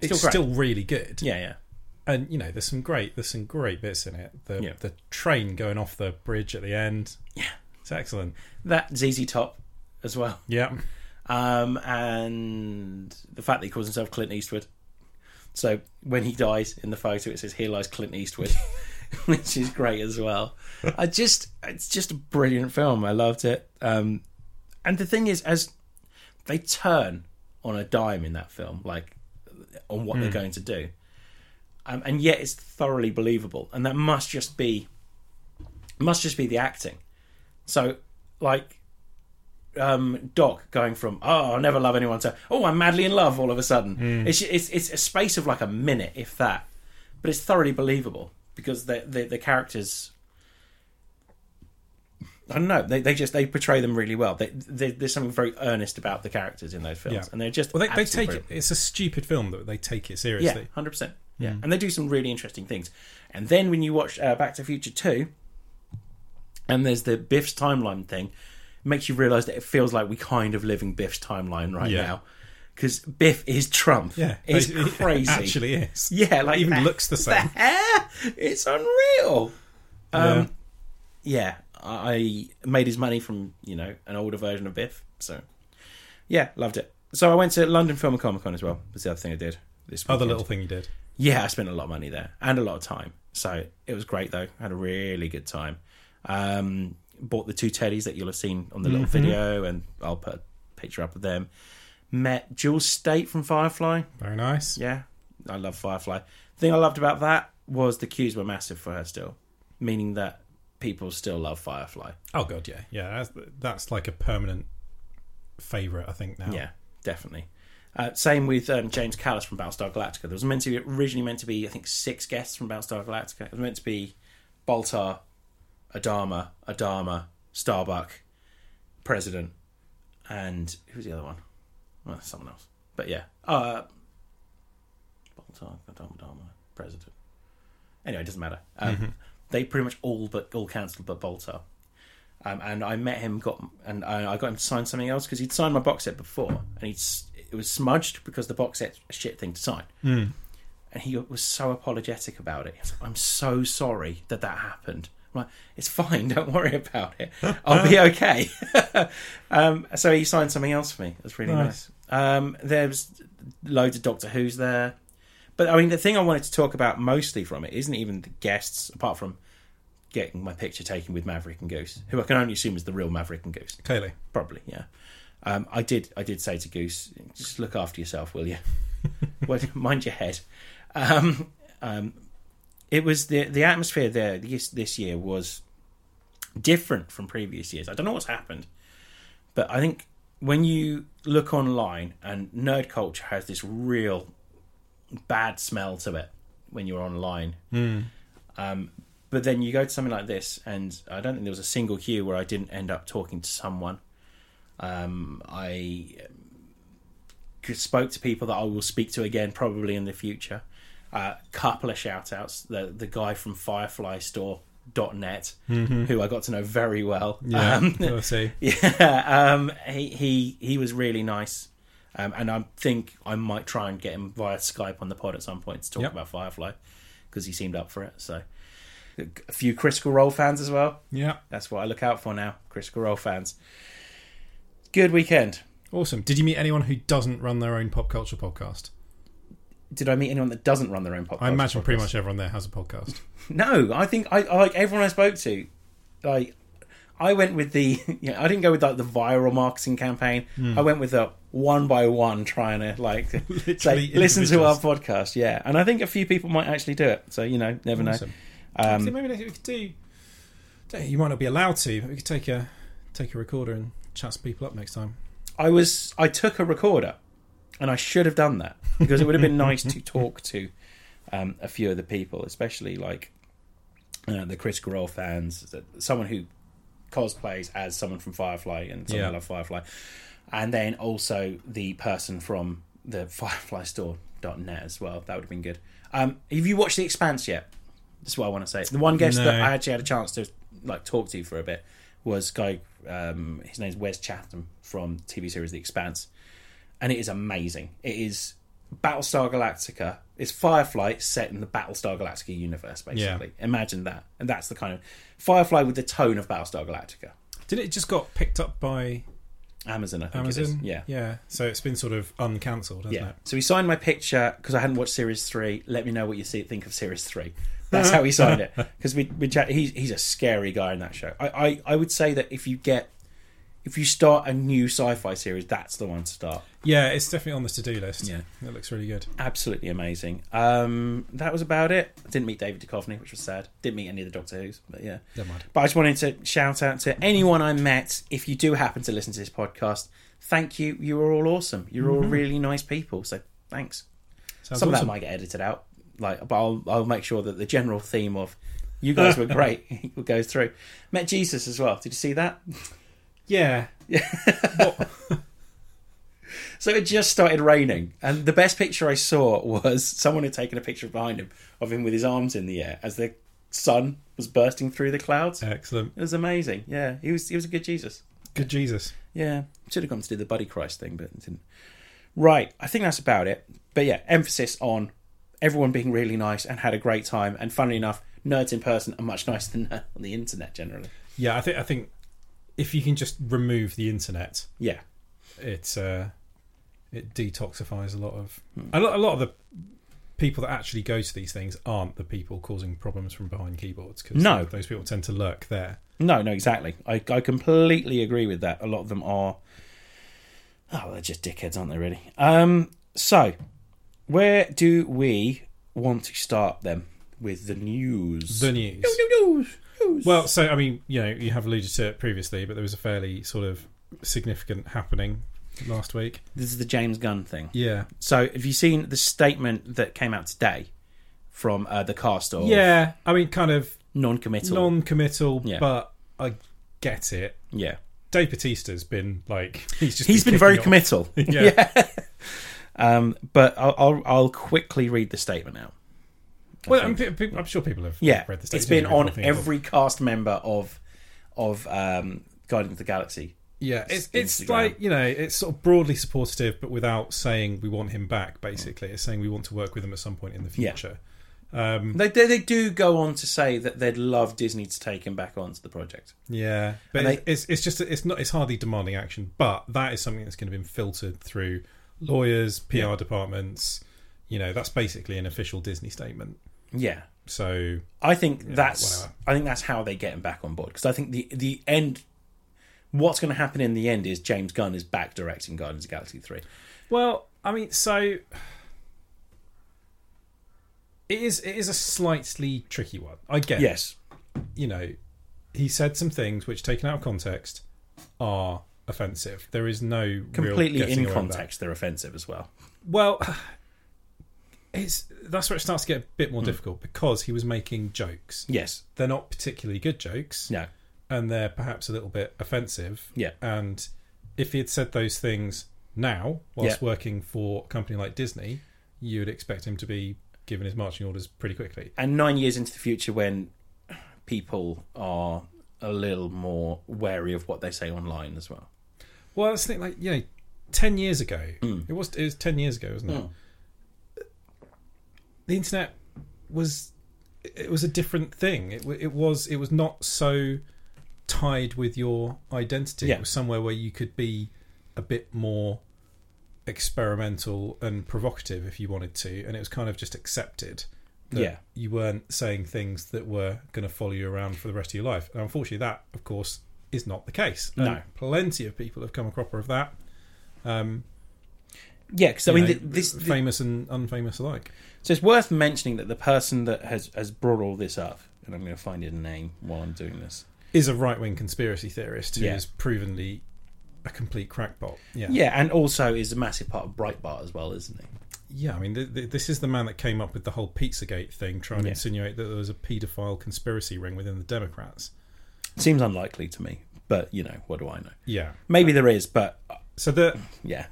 Speaker 2: it's
Speaker 1: Still great.
Speaker 2: still, really good.
Speaker 1: Yeah, yeah,
Speaker 2: And you know, there's some great there's some great bits in it. The
Speaker 1: Yeah.
Speaker 2: the train going off the bridge at the end.
Speaker 1: Yeah.
Speaker 2: It's excellent.
Speaker 1: that ZZ Top as well,
Speaker 2: Yeah.
Speaker 1: um, and the fact that he calls himself Clint Eastwood. So when he dies in the photo, it says "Here lies Clint Eastwood," which is great as well. I just, it's just a brilliant film. I loved it. Um, and the thing is, as they turn on a dime in that film, like on what
Speaker 2: Hmm.
Speaker 1: they're going to do, um, and yet it's thoroughly believable. And that must just be, must just be the acting. So, like, um, Doc going from "Oh, I'll never love anyone" to "Oh, I'm madly in love" all of a sudden.
Speaker 2: Hmm.
Speaker 1: It's, it's it's a space of like a minute, if that, but it's thoroughly believable because the the, the characters. I don't know. They, they just they portray them really well. They, they, there's something very earnest about the characters in those films,
Speaker 2: Yeah.
Speaker 1: and they're just
Speaker 2: Well, they, they
Speaker 1: absolutely
Speaker 2: take
Speaker 1: brilliant.
Speaker 2: it. It's a stupid film, but they take it
Speaker 1: Yeah,
Speaker 2: seriously.
Speaker 1: hundred percent. Yeah,
Speaker 2: Hmm.
Speaker 1: and they do some really interesting things. And then when you watch uh, Back to the Future Two, and there's the Biff's timeline thing, it makes you realise that it feels like we kind of live in Biff's timeline right
Speaker 2: Yeah.
Speaker 1: now because Biff is Trump.
Speaker 2: Yeah,
Speaker 1: it's
Speaker 2: basically, it
Speaker 1: crazy.
Speaker 2: actually is.
Speaker 1: yeah, like
Speaker 2: It even
Speaker 1: the-
Speaker 2: looks the
Speaker 1: the
Speaker 2: same.
Speaker 1: hair. It's unreal. Um,
Speaker 2: Yeah.
Speaker 1: yeah, I I made his money from you know an older version of Biff. So yeah, loved it. So I went to London Film and Comic Con as well. That's the other thing I did this weekend.
Speaker 2: Other little thing you did.
Speaker 1: Yeah, I spent a lot of money there and a lot of time. So it was great though. I had a really good time. Um, bought the two teddies that you'll have seen on the little video, and I'll put a picture up of them. Met Jules State from Firefly.
Speaker 2: Very nice.
Speaker 1: Yeah, I love Firefly. thing I loved about that was the queues were massive for her still, meaning that people still love Firefly.
Speaker 2: Oh god, yeah, yeah. That's, that's like a permanent favorite, I think now.
Speaker 1: Yeah, definitely. Uh, same with um, James Callis from Battlestar Galactica. There was meant to be originally meant to be, I think, six guests from Battlestar Galactica. It was meant to be Baltar, Adama, Adama, Starbuck, President, and who's the other one? Well, someone else. But yeah, uh, Baltar, Adama, Adama, President. Anyway, it doesn't matter. Um, They pretty much all but all cancelled, but Baltar. Um, and I met him, got and I, I got him to sign something else because he'd signed my box set before, and he'd s- it was smudged because the box set's a shit thing to sign. And he was so apologetic about it. He was like, I'm so sorry that that happened. I'm like, it's fine, don't worry about it. I'll be okay. um, so he signed something else for me. That's really nice.
Speaker 2: Nice.
Speaker 1: Um, there was loads of Doctor Who's there, but I mean, the thing I wanted to talk about mostly from it isn't even the guests, apart from getting my picture taken with Maverick and Goose, who I can only assume is the real Maverick and Goose.
Speaker 2: Clearly.
Speaker 1: Probably, yeah. Um, I did, I did say to Goose, just look after yourself, will you? well, mind your head. Um, um, it was the the atmosphere there this this year was different from previous years. I don't know what's happened, but I think when you look online and nerd culture has this real bad smell to it when you're online. Um, but then you go to something like this, and I don't think there was a single queue where I didn't end up talking to someone. Um, I um, spoke to people that I will speak to again probably in the future. A uh, couple of shout outs. The, the guy from fireflystore.net, who I got to know very well.
Speaker 2: Yeah.
Speaker 1: Um,
Speaker 2: I see.
Speaker 1: yeah, um, he, he he was really nice, um, and I think I might try and get him via Skype on the pod at some point to talk
Speaker 2: Yep.
Speaker 1: about Firefly because he seemed up for it. So, a few Critical Role fans as well.
Speaker 2: Yeah.
Speaker 1: That's what I look out for now. Critical Role fans. Good weekend.
Speaker 2: Awesome. Did you meet anyone who doesn't run their own pop culture podcast?
Speaker 1: Did I meet anyone that doesn't run their own podcast?
Speaker 2: I imagine pretty much everyone there has a podcast.
Speaker 1: No, I think I I- like everyone I spoke to, like I went with the you know, I didn't go with like the viral marketing campaign. I went with the one by one trying to like say
Speaker 2: Hmm. Literally
Speaker 1: listen to our podcast, yeah. And I think a few people might actually do it. So you know, never
Speaker 2: Awesome.
Speaker 1: know.
Speaker 2: So
Speaker 1: Um,
Speaker 2: maybe next week we could do. don't know, You might not be allowed to, but we could take a take a recorder and chat some people up next time.
Speaker 1: I was I took a recorder, and I should have done that because it would have been nice to talk to um, a few of the people, especially like uh, the Critical Role fans, that- someone who cosplays as someone from Firefly and someone
Speaker 2: Yeah.
Speaker 1: who love Firefly, and then also the person from the FireflyStore.net as well. That would have been good. Um, have you watched The Expanse yet? That's what I want to say. The one guest
Speaker 2: No.
Speaker 1: that I actually had a chance to like talk to for a bit was guy. Um, his name's Wes Chatham from TV series The Expanse, and it is amazing. It is Battlestar Galactica. It's Firefly set in the Battlestar Galactica universe, basically. Imagine that, and that's the kind of Firefly with the tone of Battlestar Galactica.
Speaker 2: Did it just got picked up by
Speaker 1: Amazon, I think it is.
Speaker 2: Amazon?
Speaker 1: Yeah,
Speaker 2: yeah. So it's been sort of uncancelled, hasn't
Speaker 1: yeah.
Speaker 2: it?
Speaker 1: So he signed my picture because I hadn't watched series three. Let me know what you see, think of series three. That's how he signed it because we, we chat, he's he's a scary guy in that show. I, I I would say that if you get if you start a new sci-fi series, that's the one to start.
Speaker 2: Yeah, it's definitely on the to do list.
Speaker 1: Yeah.
Speaker 2: it looks really good.
Speaker 1: Absolutely amazing. Um, that was about it. I didn't meet David Duchovny, which was sad. Didn't meet any of the Doctor Who's, but yeah.
Speaker 2: Never mind.
Speaker 1: But I just wanted to shout out to anyone I met. If you do happen to listen to this podcast, thank you. You are all awesome. You're all really nice people. So thanks.
Speaker 2: Sounds
Speaker 1: Some of that
Speaker 2: awesome.
Speaker 1: might get edited out, like, but I'll I'll make sure that the general theme of you guys were great goes through. Met Jesus as well. Did you see that?
Speaker 2: Yeah,
Speaker 1: So it just started raining, and the best picture I saw was someone had taken a picture behind him of him with his arms in the air as the sun was bursting through the clouds. It
Speaker 2: excellent.
Speaker 1: was amazing. Yeah, he was he was a good Jesus.
Speaker 2: Good Jesus.
Speaker 1: Yeah, should have gone to do the Buddy Christ thing, but didn't. Right, I think that's about it. But yeah, emphasis on everyone being really nice and had a great time. And funnily enough, nerds in person are much nicer than nerds on the internet generally.
Speaker 2: Yeah, I think I think if you can just remove the internet,
Speaker 1: Yeah,
Speaker 2: it's uh, it detoxifies a lot of
Speaker 1: Hmm.
Speaker 2: a lot, a lot of the people that actually go to these things aren't the people causing problems from behind keyboards because
Speaker 1: No.
Speaker 2: those people tend to lurk there.
Speaker 1: no, no, exactly. I, I completely agree with that. A lot of them are, oh, well, they're just dickheads, aren't they? Really. Um, so where do we want to start then with the news?
Speaker 2: The news.
Speaker 1: news. news.
Speaker 2: Well, so I mean, you know, you have alluded to it previously, but there was a fairly sort of significant happening last week.
Speaker 1: This is the James Gunn thing.
Speaker 2: Yeah,
Speaker 1: So, have you seen the statement that came out today from uh, the cast of
Speaker 2: yeah. I mean, kind of
Speaker 1: non-committal?
Speaker 2: non-committal,
Speaker 1: Yeah.
Speaker 2: but I get it.
Speaker 1: yeah,
Speaker 2: Dave Batista's been like he's just
Speaker 1: he's been very
Speaker 2: kicking
Speaker 1: committal.
Speaker 2: off. Yeah.
Speaker 1: Um, but I'll, I'll I'll quickly read the statement out.
Speaker 2: Well, I'm, pe- pe- I'm sure people have
Speaker 1: Yeah,
Speaker 2: read the statement.
Speaker 1: it's been
Speaker 2: and
Speaker 1: on
Speaker 2: everything.
Speaker 1: every cast member of of um, Guardians of the Galaxy.
Speaker 2: Yeah, it's it's
Speaker 1: Instagram.
Speaker 2: like you know, it's sort of broadly supportive, but without saying we want him back. Basically, it's saying we want to work with him at some point in the
Speaker 1: Yeah.
Speaker 2: future. Um,
Speaker 1: They, they they do go on to say that they'd love Disney to take him back onto the project.
Speaker 2: Yeah, but
Speaker 1: And they-
Speaker 2: it's, it's it's just it's not it's hardly demanding action, but that is something that's going to be filtered through lawyers, PR departments. You know, that's basically an official Disney statement.
Speaker 1: Yeah,
Speaker 2: So
Speaker 1: I think that's
Speaker 2: whatever.
Speaker 1: I think that's how they get him back on board because I think the the end. What's going to happen in the end is James Gunn is back directing Guardians of the Galaxy three.
Speaker 2: Well, I mean, so it is it is a slightly tricky one. I get it.
Speaker 1: Yes,
Speaker 2: you know, he said some things which, taken out of context, are offensive. There is no real
Speaker 1: completely
Speaker 2: getting
Speaker 1: in
Speaker 2: around that.
Speaker 1: context, they're offensive as well.
Speaker 2: Well, it's that's where it starts to get a bit
Speaker 1: Hmm.
Speaker 2: more difficult because he was making jokes.
Speaker 1: Yes,
Speaker 2: They're not particularly good jokes,
Speaker 1: no,
Speaker 2: and they're perhaps a little bit offensive.
Speaker 1: yeah,
Speaker 2: And if he had said those things now, whilst
Speaker 1: Yeah.
Speaker 2: working for a company like Disney, you would expect him to be given his marching orders pretty quickly.
Speaker 1: and nine years into the future when people are a little more wary of what they say online as well.
Speaker 2: Well, that's the thing, like you know, ten years ago,
Speaker 1: Hmm.
Speaker 2: it was it was ten years ago, wasn't it? The internet was it was a different thing. It, w- it was it was not so tied with your identity.
Speaker 1: Yeah.
Speaker 2: It was somewhere where you could be a bit more experimental and provocative if you wanted to, and it was kind of just accepted. That
Speaker 1: Yeah.
Speaker 2: you weren't saying things that were going to follow you around for the rest of your life. And unfortunately, that of course is not the case. And
Speaker 1: No.
Speaker 2: plenty of people have come a cropper of that. Um,
Speaker 1: Yeah, because I
Speaker 2: you
Speaker 1: mean,
Speaker 2: know,
Speaker 1: th this th-
Speaker 2: famous and unfamous alike.
Speaker 1: So it's worth mentioning that the person that has has brought all this up, and I'm going to find his name while I'm doing this.
Speaker 2: is a right wing conspiracy theorist who is
Speaker 1: Yeah.
Speaker 2: provenly a complete crackpot. Yeah,
Speaker 1: Yeah, and also is a massive part of Breitbart as well, isn't he?
Speaker 2: Yeah, I mean, th- th- this is the man that came up with the whole Pizzagate thing, trying to
Speaker 1: Yeah.
Speaker 2: insinuate that there was a paedophile conspiracy ring within the Democrats.
Speaker 1: Seems unlikely to me, but you know, what do I know?
Speaker 2: Yeah.
Speaker 1: Maybe there is, but uh,
Speaker 2: So the
Speaker 1: yeah,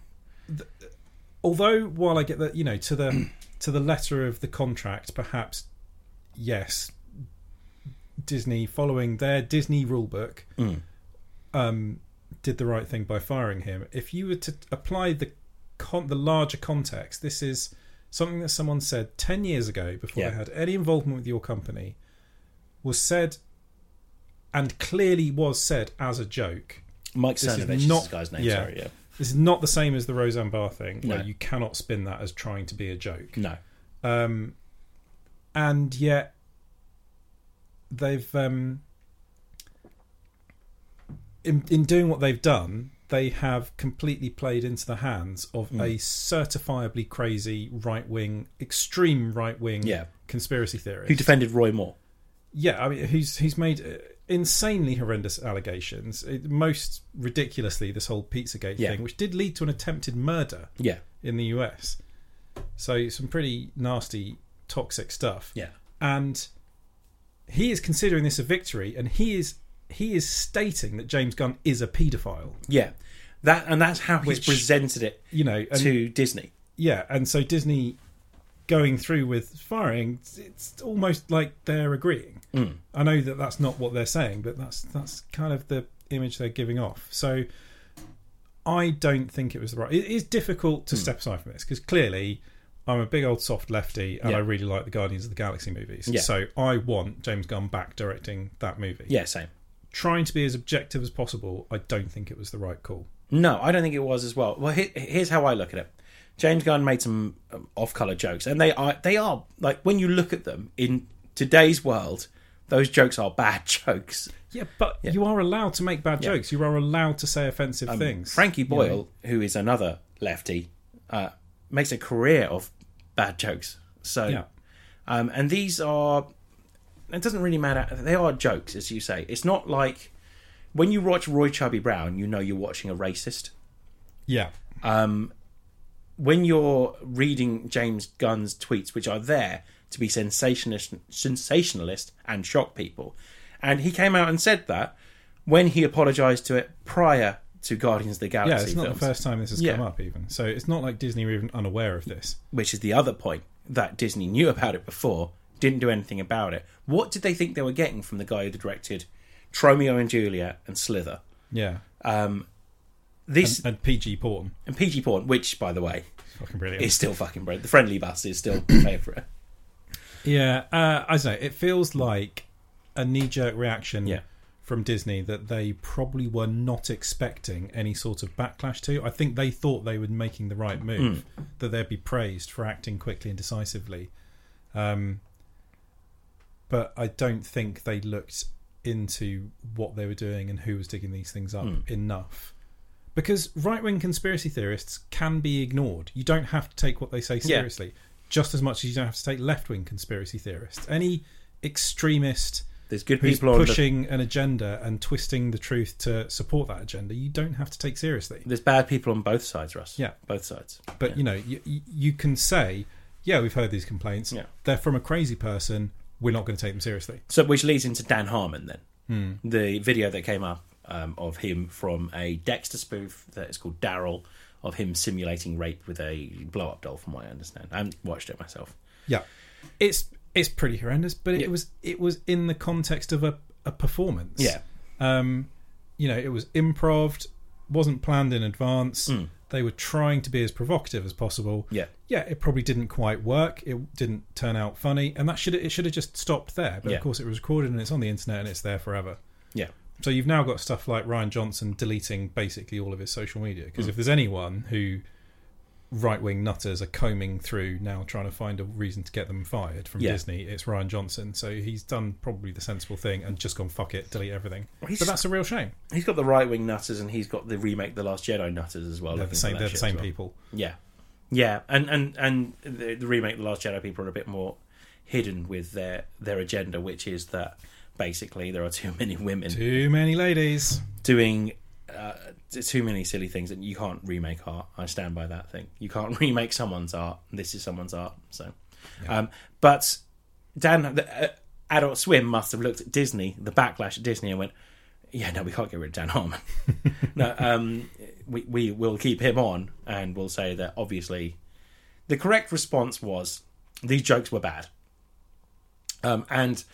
Speaker 2: although while I get that, you know, to the to the letter of the contract, perhaps yes, Disney following their Disney rulebook
Speaker 1: Mm.
Speaker 2: um, did the right thing by firing him. If you were to apply the con- the larger context, this is something that someone said ten years ago before
Speaker 1: Yeah.
Speaker 2: they had any involvement with your company was said and clearly was said as a joke.
Speaker 1: Mike
Speaker 2: This is
Speaker 1: Cernovich is,
Speaker 2: not-
Speaker 1: this guy's name.
Speaker 2: yeah.
Speaker 1: Sorry, yeah,
Speaker 2: This is not the same as the Roseanne Barr thing, where
Speaker 1: No.
Speaker 2: you cannot spin that as trying to be a joke.
Speaker 1: no,
Speaker 2: Um, and yet they've um, in in doing what they've done, they have completely played into the hands of
Speaker 1: Hmm.
Speaker 2: a certifiably crazy right wing, extreme right wing
Speaker 1: Yeah.
Speaker 2: conspiracy theorist.
Speaker 1: who defended Roy Moore?
Speaker 2: yeah, I mean, he's he's made uh, insanely horrendous allegations. It, most ridiculously, this whole Pizzagate
Speaker 1: Yeah.
Speaker 2: thing, which did lead to an attempted murder
Speaker 1: Yeah,
Speaker 2: in the US. So some pretty nasty, toxic stuff.
Speaker 1: yeah,
Speaker 2: And he is considering this a victory, and he is he is stating that James Gunn is a paedophile.
Speaker 1: yeah. That and that's how
Speaker 2: Which-
Speaker 1: he's presented it
Speaker 2: You know, and
Speaker 1: to Disney.
Speaker 2: yeah, and so Disney going through with firing, it's almost like they're agreeing.
Speaker 1: Mm.
Speaker 2: I know that that's not what they're saying, but that's that's kind of the image they're giving off. So I don't think it was the right. It is difficult
Speaker 1: Mm.
Speaker 2: to step aside from this because clearly I'm a big old soft lefty and
Speaker 1: Yeah.
Speaker 2: I really like the Guardians of the Galaxy movies.
Speaker 1: Yeah.
Speaker 2: So I want James Gunn back directing that movie.
Speaker 1: Yeah, same.
Speaker 2: Trying to be as objective as possible, I don't think it was the right call.
Speaker 1: No, I don't think it was as well. Well, he- here's how I look at it. James Gunn made some um, off-color jokes, and they are they are like when you look at them in today's world, those jokes are bad jokes.
Speaker 2: Yeah, but you are allowed to make bad jokes. You are allowed to say offensive
Speaker 1: Um,
Speaker 2: things.
Speaker 1: Frankie Boyle, who is another lefty, uh, makes a career of bad jokes. So,
Speaker 2: Yeah.
Speaker 1: um, and these are it doesn't really matter. They are jokes, as you say. It's not like when you watch Roy Chubby Brown, you know you're watching a racist.
Speaker 2: Yeah.
Speaker 1: when you're reading James Gunn's tweets, which are there to be sensationalist, sensationalist and shock people, and he came out and said that when he apologised to it prior to Guardians of the Galaxy
Speaker 2: Yeah, it's not
Speaker 1: films,
Speaker 2: the first time this has
Speaker 1: Yeah.
Speaker 2: come up, even. So it's not like Disney were even unaware of this.
Speaker 1: which is the other point that Disney knew about it before, didn't do anything about it. What did they think they were getting from the guy who directed Tromeo and Juliet and Slither?
Speaker 2: Yeah.
Speaker 1: This
Speaker 2: And PG porn.
Speaker 1: and PG porn, which by the way
Speaker 2: Fucking brilliant.
Speaker 1: is still fucking brilliant. The Friendly Bus is still my favourite.
Speaker 2: Yeah, uh, I don't know. It feels like a knee jerk reaction
Speaker 1: Yeah.
Speaker 2: from Disney that they probably were not expecting any sort of backlash to. I think they thought they were making the right move,
Speaker 1: Mm.
Speaker 2: that they'd be praised for acting quickly and decisively. Um, but I don't think they looked into what they were doing and who was digging these things up
Speaker 1: Hmm.
Speaker 2: enough. Because right wing conspiracy theorists can be ignored. You don't have to take what they say
Speaker 1: Yeah.
Speaker 2: seriously, just as much as you don't have to take left wing conspiracy theorists. Any extremist
Speaker 1: There's good
Speaker 2: who's
Speaker 1: people on the
Speaker 2: pushing an agenda and twisting the truth to support that agenda, you don't have to take seriously.
Speaker 1: There's bad people on both sides, Russ.
Speaker 2: Yeah.
Speaker 1: both sides.
Speaker 2: But you know, you, you can say, yeah, we've heard these complaints.
Speaker 1: Yeah.
Speaker 2: They're from a crazy person. We're not going to take them seriously.
Speaker 1: So, which leads into Dan Harmon then. The video that came up um, of him from a Dexter spoof that is called Daryl, of him simulating rape with a blow up doll, from what I understand. I haven't watched it myself.
Speaker 2: Yeah, it's it's pretty horrendous, but it was it was in the context of a, a performance.
Speaker 1: Yeah.
Speaker 2: um, you know, it was improv, wasn't planned in advance. They were trying to be as provocative as possible.
Speaker 1: Mm. Yeah.
Speaker 2: yeah, it probably didn't quite work. It didn't turn out funny, and that should it should have just stopped there. But
Speaker 1: Yeah.
Speaker 2: of course, it was recorded and it's on the internet and it's there forever.
Speaker 1: Yeah.
Speaker 2: So you've now got stuff like Ryan Johnson deleting basically all of his social media
Speaker 1: Hmm.
Speaker 2: because if there's anyone who right wing nutters are combing through now trying to find a reason to get them fired from
Speaker 1: Yeah.
Speaker 2: Disney, it's Ryan Johnson. So he's done probably the sensible thing and just gone fuck it, delete everything.
Speaker 1: he's-
Speaker 2: but that's a real shame.
Speaker 1: He's got the right wing nutters and he's got the remake The Last Jedi nutters as well.
Speaker 2: They're
Speaker 1: looking
Speaker 2: the
Speaker 1: for
Speaker 2: same.
Speaker 1: that
Speaker 2: They're the
Speaker 1: shit
Speaker 2: same
Speaker 1: as well.
Speaker 2: people.
Speaker 1: Yeah. Yeah. And, and, and the, the remake The Last Jedi people are a bit more hidden with their, their agenda, which is that basically there are too many women.
Speaker 2: Too many ladies.
Speaker 1: doing uh, t- too many silly things, and you can't remake art. I stand by that thing. You can't remake someone's art. This is someone's art. So, um, but Dan, the, uh, Adult Swim must have looked at Disney, the backlash at Disney, and went, "Yeah, no, we can't get rid of Dan Harmon. no, um, we we will keep him on, and we'll say that obviously." The correct response was these jokes were bad, um, and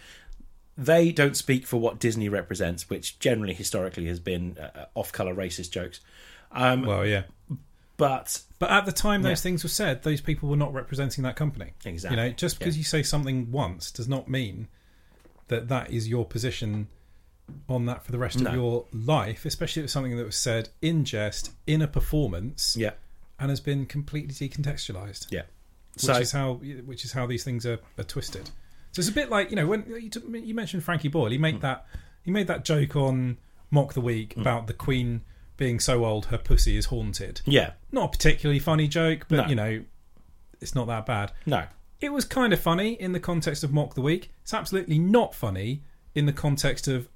Speaker 1: they don't speak for what Disney represents, which generally historically has been uh, off-color racist jokes. Um,
Speaker 2: Well, yeah.
Speaker 1: But
Speaker 2: But at the time those things were said, those people were not representing that company.
Speaker 1: Exactly,
Speaker 2: You know, just because you say something once does not mean that that is your position on that for the rest
Speaker 1: No.
Speaker 2: of your life, especially if it's something that was said in jest, in a performance,
Speaker 1: yeah,
Speaker 2: and has been completely decontextualized.
Speaker 1: yeah.
Speaker 2: Which
Speaker 1: So
Speaker 2: is how which is how these things are, are twisted. So it's a bit like you know when you, t- you mentioned Frankie Boyle, he made
Speaker 1: Hmm.
Speaker 2: that he made that joke on Mock the Week about the Queen being so old her pussy is haunted
Speaker 1: yeah,
Speaker 2: not a particularly funny joke, but
Speaker 1: No.
Speaker 2: you know, it's not that bad.
Speaker 1: no,
Speaker 2: It was kind of funny in the context of Mock the Week. It's absolutely not funny in the context of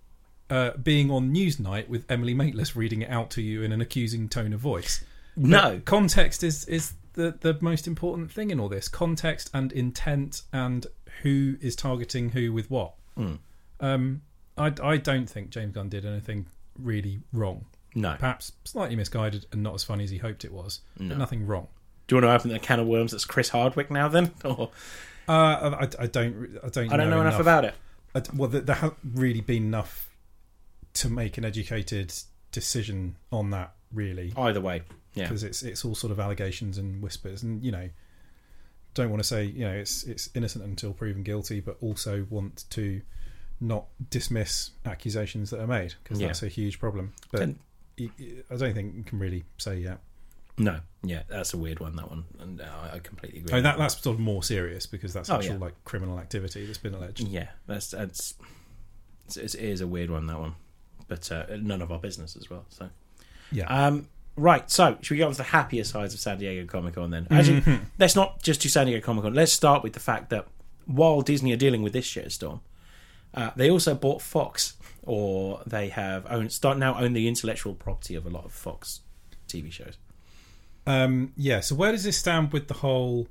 Speaker 2: uh, being on Newsnight with Emily Maitlis reading it out to you in an accusing tone of voice.
Speaker 1: no.
Speaker 2: Context is is the the most important thing in all this. Context and intent and who is targeting who with what.
Speaker 1: Hmm.
Speaker 2: Um, I I don't think James Gunn did anything really wrong
Speaker 1: No.
Speaker 2: perhaps slightly misguided and not as funny as he hoped it was. But nothing wrong.
Speaker 1: Do you want to open the can of worms that's Chris Hardwick now then? Or
Speaker 2: Uh, I, I don't. I don't.
Speaker 1: I don't know, enough, about it.
Speaker 2: about. well, there, there hasn't really been enough to make an educated decision on that really
Speaker 1: Either way, Oh, yeah,
Speaker 2: because it's it's all sort of allegations and whispers, and you know, don't want to say you know it's it's innocent until proven guilty, but also want to not dismiss accusations that are made because
Speaker 1: Yeah.
Speaker 2: that's a huge problem. But
Speaker 1: Then-
Speaker 2: y- y- I don't think you can really say yeah.
Speaker 1: no, yeah, that's a weird one. That one, and uh, I- I completely agree.
Speaker 2: I mean,
Speaker 1: with
Speaker 2: Oh, that that's sort of more serious because that's
Speaker 1: Oh,
Speaker 2: actual
Speaker 1: yeah.
Speaker 2: like criminal activity that's been alleged.
Speaker 1: yeah, that's that's it's, it's, it is a weird one. That one, but uh, none of our business as well. So
Speaker 2: Yeah.
Speaker 1: Um, right, so should we go on to the happier sides of San Diego Comic Con then? Actually,
Speaker 2: Mm-hmm.
Speaker 1: let's not just do San Diego Comic Con. Let's start with the fact that while Disney are dealing with this shitstorm, uh, they also bought Fox, or they have own start now own the intellectual property of a lot of Fox TV shows.
Speaker 2: Um, yeah. So where does this stand with the whole?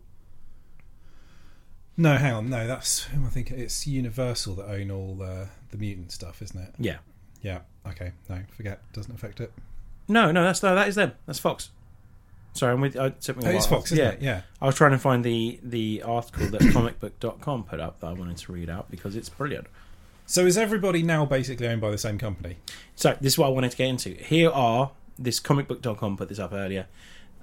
Speaker 2: No, hang on. No, that's I think it's Universal that own all uh, the mutant stuff, isn't it?
Speaker 1: Yeah,
Speaker 2: Yeah. Okay. No, forget. Doesn't affect it.
Speaker 1: no, no, that's no, that is them. That's Fox. Sorry, I'm with. I, it took me a
Speaker 2: Oh, it's
Speaker 1: while.
Speaker 2: Fox, isn't
Speaker 1: yeah.
Speaker 2: it? Yeah.
Speaker 1: I was trying to find the the article that comicbook.com put up that I wanted to read out because it's brilliant.
Speaker 2: So is everybody now basically owned by the same company?
Speaker 1: So this is what I wanted to get into. Here are this comicbook.com put this up earlier.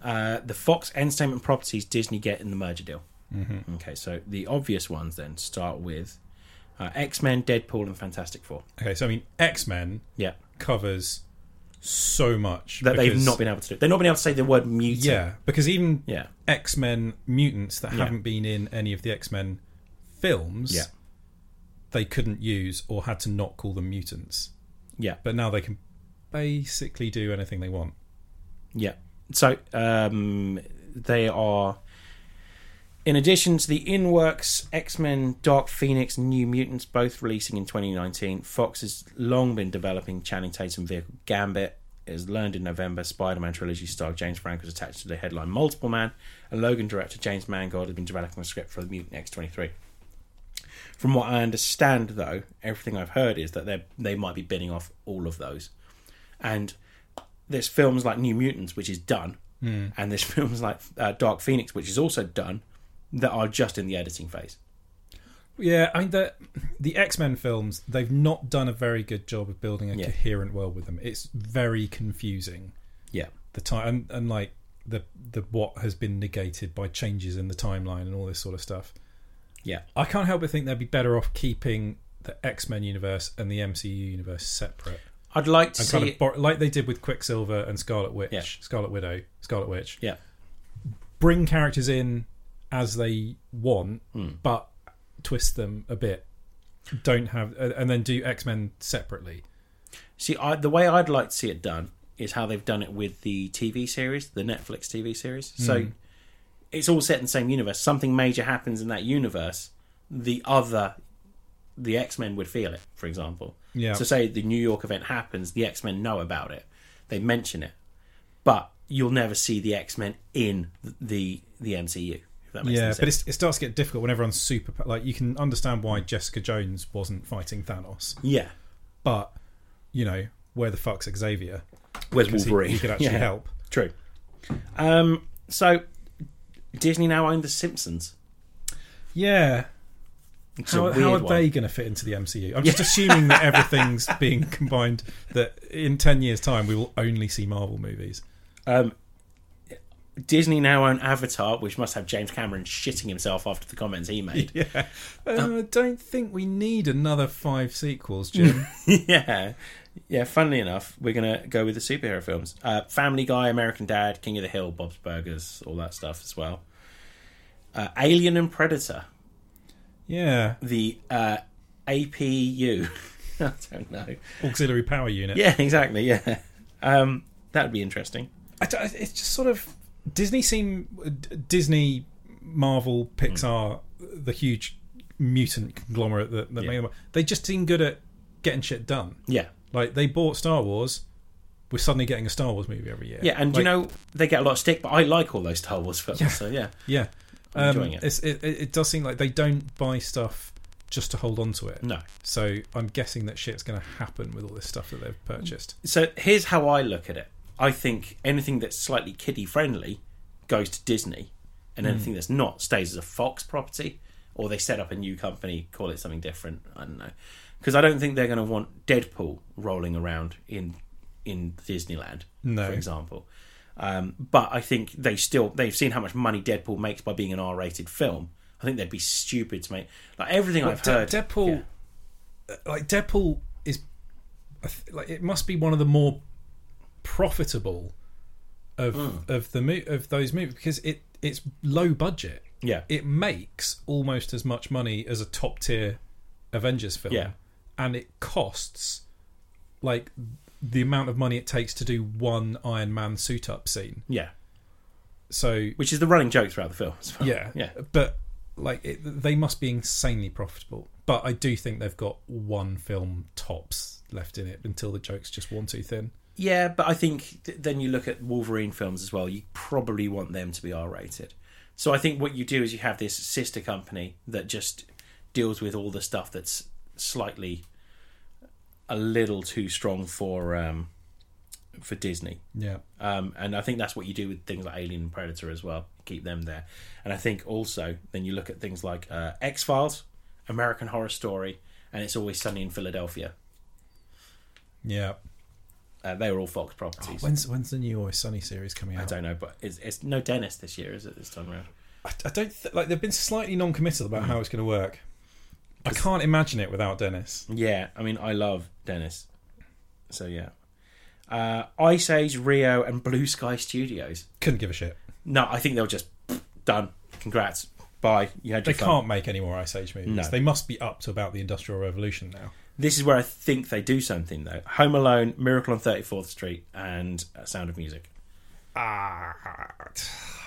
Speaker 1: Uh, the Fox Entertainment properties Disney get in the merger deal. Mm-hmm. Okay, so the obvious ones then start with uh, X Men, Deadpool, and Fantastic Four.
Speaker 2: Okay. So I mean, X Men
Speaker 1: Yeah,
Speaker 2: covers so much
Speaker 1: that they've
Speaker 2: because-
Speaker 1: not been able to do. They've not been able to say the word mutant.
Speaker 2: Yeah, because even
Speaker 1: yeah,
Speaker 2: X Men mutants that
Speaker 1: Yeah.
Speaker 2: haven't been in any of the X Men films,
Speaker 1: Yeah.
Speaker 2: they couldn't use or had to not call them mutants.
Speaker 1: yeah,
Speaker 2: But now they can basically do anything they want.
Speaker 1: yeah. So um, they are. In addition to the in works X Men, Dark Phoenix, and New Mutants, both releasing in 2019, Fox has long been developing Channing Tatum vehicle Gambit. As learned in November, Spider Man trilogy star James Franco was attached to the headline Multiple Man, and Logan director James Mangold had been developing a script for the Mutant X23. From what I understand, though, everything I've heard is that they they might be bidding off all of those. And there's films like New Mutants, which is done,
Speaker 2: Hmm.
Speaker 1: and there's films like uh, Dark Phoenix, which is also done, that are just in the editing phase.
Speaker 2: Yeah, I mean the the X Men films they've not done a very good job of building a
Speaker 1: Yeah.
Speaker 2: coherent world with them. It's very confusing
Speaker 1: Yeah,
Speaker 2: the time and, and like the the what has been negated by changes in the timeline and all this sort of stuff.
Speaker 1: yeah,
Speaker 2: I can't help but think they'd be better off keeping the X Men universe and the MCU universe separate
Speaker 1: I'd like to
Speaker 2: and
Speaker 1: see.
Speaker 2: kind of
Speaker 1: it-
Speaker 2: bor- like they did with Quicksilver and Scarlet Witch,
Speaker 1: Yeah.
Speaker 2: Scarlet Widow, Scarlet Witch.
Speaker 1: yeah,
Speaker 2: Bring characters in as they want,
Speaker 1: Hmm.
Speaker 2: but twist them a bit. Don't have uh, and then do X Men separately.
Speaker 1: see, I, the way I'd like to see it done is how they've done it with the TV series, the Netflix TV series.
Speaker 2: Hmm.
Speaker 1: So it's all set in the same universe. Something major happens in that universe, the other, the X Men would feel it. For example,
Speaker 2: Yeah.
Speaker 1: So say the New York event happens, the X Men know about it, they mention it, but you'll never see the X Men in the the MCU. If that makes
Speaker 2: yeah,
Speaker 1: any
Speaker 2: but
Speaker 1: sense.
Speaker 2: it's, it starts to get difficult when everyone's super. Like you can understand why Jessica Jones wasn't fighting Thanos,
Speaker 1: yeah.
Speaker 2: but you know where the fuck's Xavier?
Speaker 1: Where's
Speaker 2: 'Cause he-
Speaker 1: Wolverine?
Speaker 2: He, could actually
Speaker 1: Yeah.
Speaker 2: help.
Speaker 1: True. Um, so Disney now own The Simpsons.
Speaker 2: Yeah.
Speaker 1: It's
Speaker 2: How,
Speaker 1: a
Speaker 2: how are
Speaker 1: weird
Speaker 2: they
Speaker 1: one.
Speaker 2: going to fit into the MCU? I'm just assuming that everything's being combined. That in ten years' time we will only see Marvel movies.
Speaker 1: Um, Disney now own Avatar, which must have James Cameron shitting himself after the comments he made.
Speaker 2: Yeah,
Speaker 1: Uh,
Speaker 2: um, I don't think we need another five sequels, Jim.
Speaker 1: yeah. Yeah, funnily enough, we're going to go with the superhero films. Uh, Family Guy, American Dad, King of the Hill, Bob's Burgers, all that stuff as well. Uh, Alien and Predator,
Speaker 2: yeah,
Speaker 1: the uh, APU. I don't know.
Speaker 2: auxiliary power unit.
Speaker 1: Yeah, exactly. Yeah. Um, that would be interesting.
Speaker 2: I don't- it's just sort of Disney seem D- Disney, Marvel, Pixar, the huge mutant conglomerate that, that
Speaker 1: Yeah.
Speaker 2: made them. They just seem good at getting shit done.
Speaker 1: Yeah.
Speaker 2: Like they bought Star Wars. We're suddenly getting a Star Wars movie every year.
Speaker 1: Yeah, and you
Speaker 2: Like,
Speaker 1: know they get a lot of stick, but I like all those Star Wars films.
Speaker 2: Yeah.
Speaker 1: So yeah,
Speaker 2: Yeah, Um,
Speaker 1: I'm enjoying it.
Speaker 2: It's, it, it it does seem like they don't buy stuff just to hold on to it.
Speaker 1: no.
Speaker 2: So I'm guessing that shit's going to happen with all this stuff that they've purchased.
Speaker 1: So here's how I look at it. I think anything that's slightly kiddie friendly goes to Disney, and anything that's not stays as a Fox property, or they set up a new company, call it something different. I don't know, because I don't think they're going to want Deadpool rolling around in in Disneyland,
Speaker 2: No.
Speaker 1: for example. Um, but I think they still they've seen how much money Deadpool makes by being an R-rated film. I think they'd be stupid to make like everything I've
Speaker 2: De-
Speaker 1: heard.
Speaker 2: Deadpool, uh, like Deadpool is, I th- like it must be one of the more profitable of
Speaker 1: Hmm.
Speaker 2: of the mo- of those movies because it it's low budget.
Speaker 1: yeah,
Speaker 2: It makes almost as much money as a top tier Avengers film,
Speaker 1: Yeah.
Speaker 2: and it costs like the amount of money it takes to do one Iron Man suit up scene.
Speaker 1: yeah,
Speaker 2: So
Speaker 1: which is the running joke throughout the film. As well.
Speaker 2: yeah,
Speaker 1: yeah,
Speaker 2: But like, it, they must be insanely profitable. But I do think they've got one film tops left in it until the joke's just one too thin.
Speaker 1: yeah. But I think th- then you look at Wolverine films as well. You probably want them to be R-rated. So I think what you do is you have this sister company that just deals with all the stuff that's slightly a little too strong for um, for Disney.
Speaker 2: Yeah,
Speaker 1: Um, and I think that's what you do with things like Alien and Predator as well. Keep them there. And I think also then you look at things like uh, X Files, American Horror Story, and It's Always Sunny in Philadelphia.
Speaker 2: yeah.
Speaker 1: Uh, they were all Fox properties.
Speaker 2: When's when's the new Always Sunny series coming
Speaker 1: I
Speaker 2: out?
Speaker 1: don't know, but it's, it's no Dennis this year, is it? This time around,
Speaker 2: I, I don't th- like. They've been slightly non-committal about how it's going to work. I can't imagine it without Dennis.
Speaker 1: yeah. I mean, I love Dennis, so yeah. Uh, Ice Age, Rio, and Blue Sky Studios.
Speaker 2: Couldn't give a shit.
Speaker 1: No, I think they'll just done. Congrats, bye. You had
Speaker 2: They
Speaker 1: your fun.
Speaker 2: can't make any more Ice Age movies.
Speaker 1: No.
Speaker 2: They must be up to about the Industrial Revolution now.
Speaker 1: This is where I think they do something though. Home Alone, Miracle on 34th Street, and uh, Sound of Music.
Speaker 2: Ah,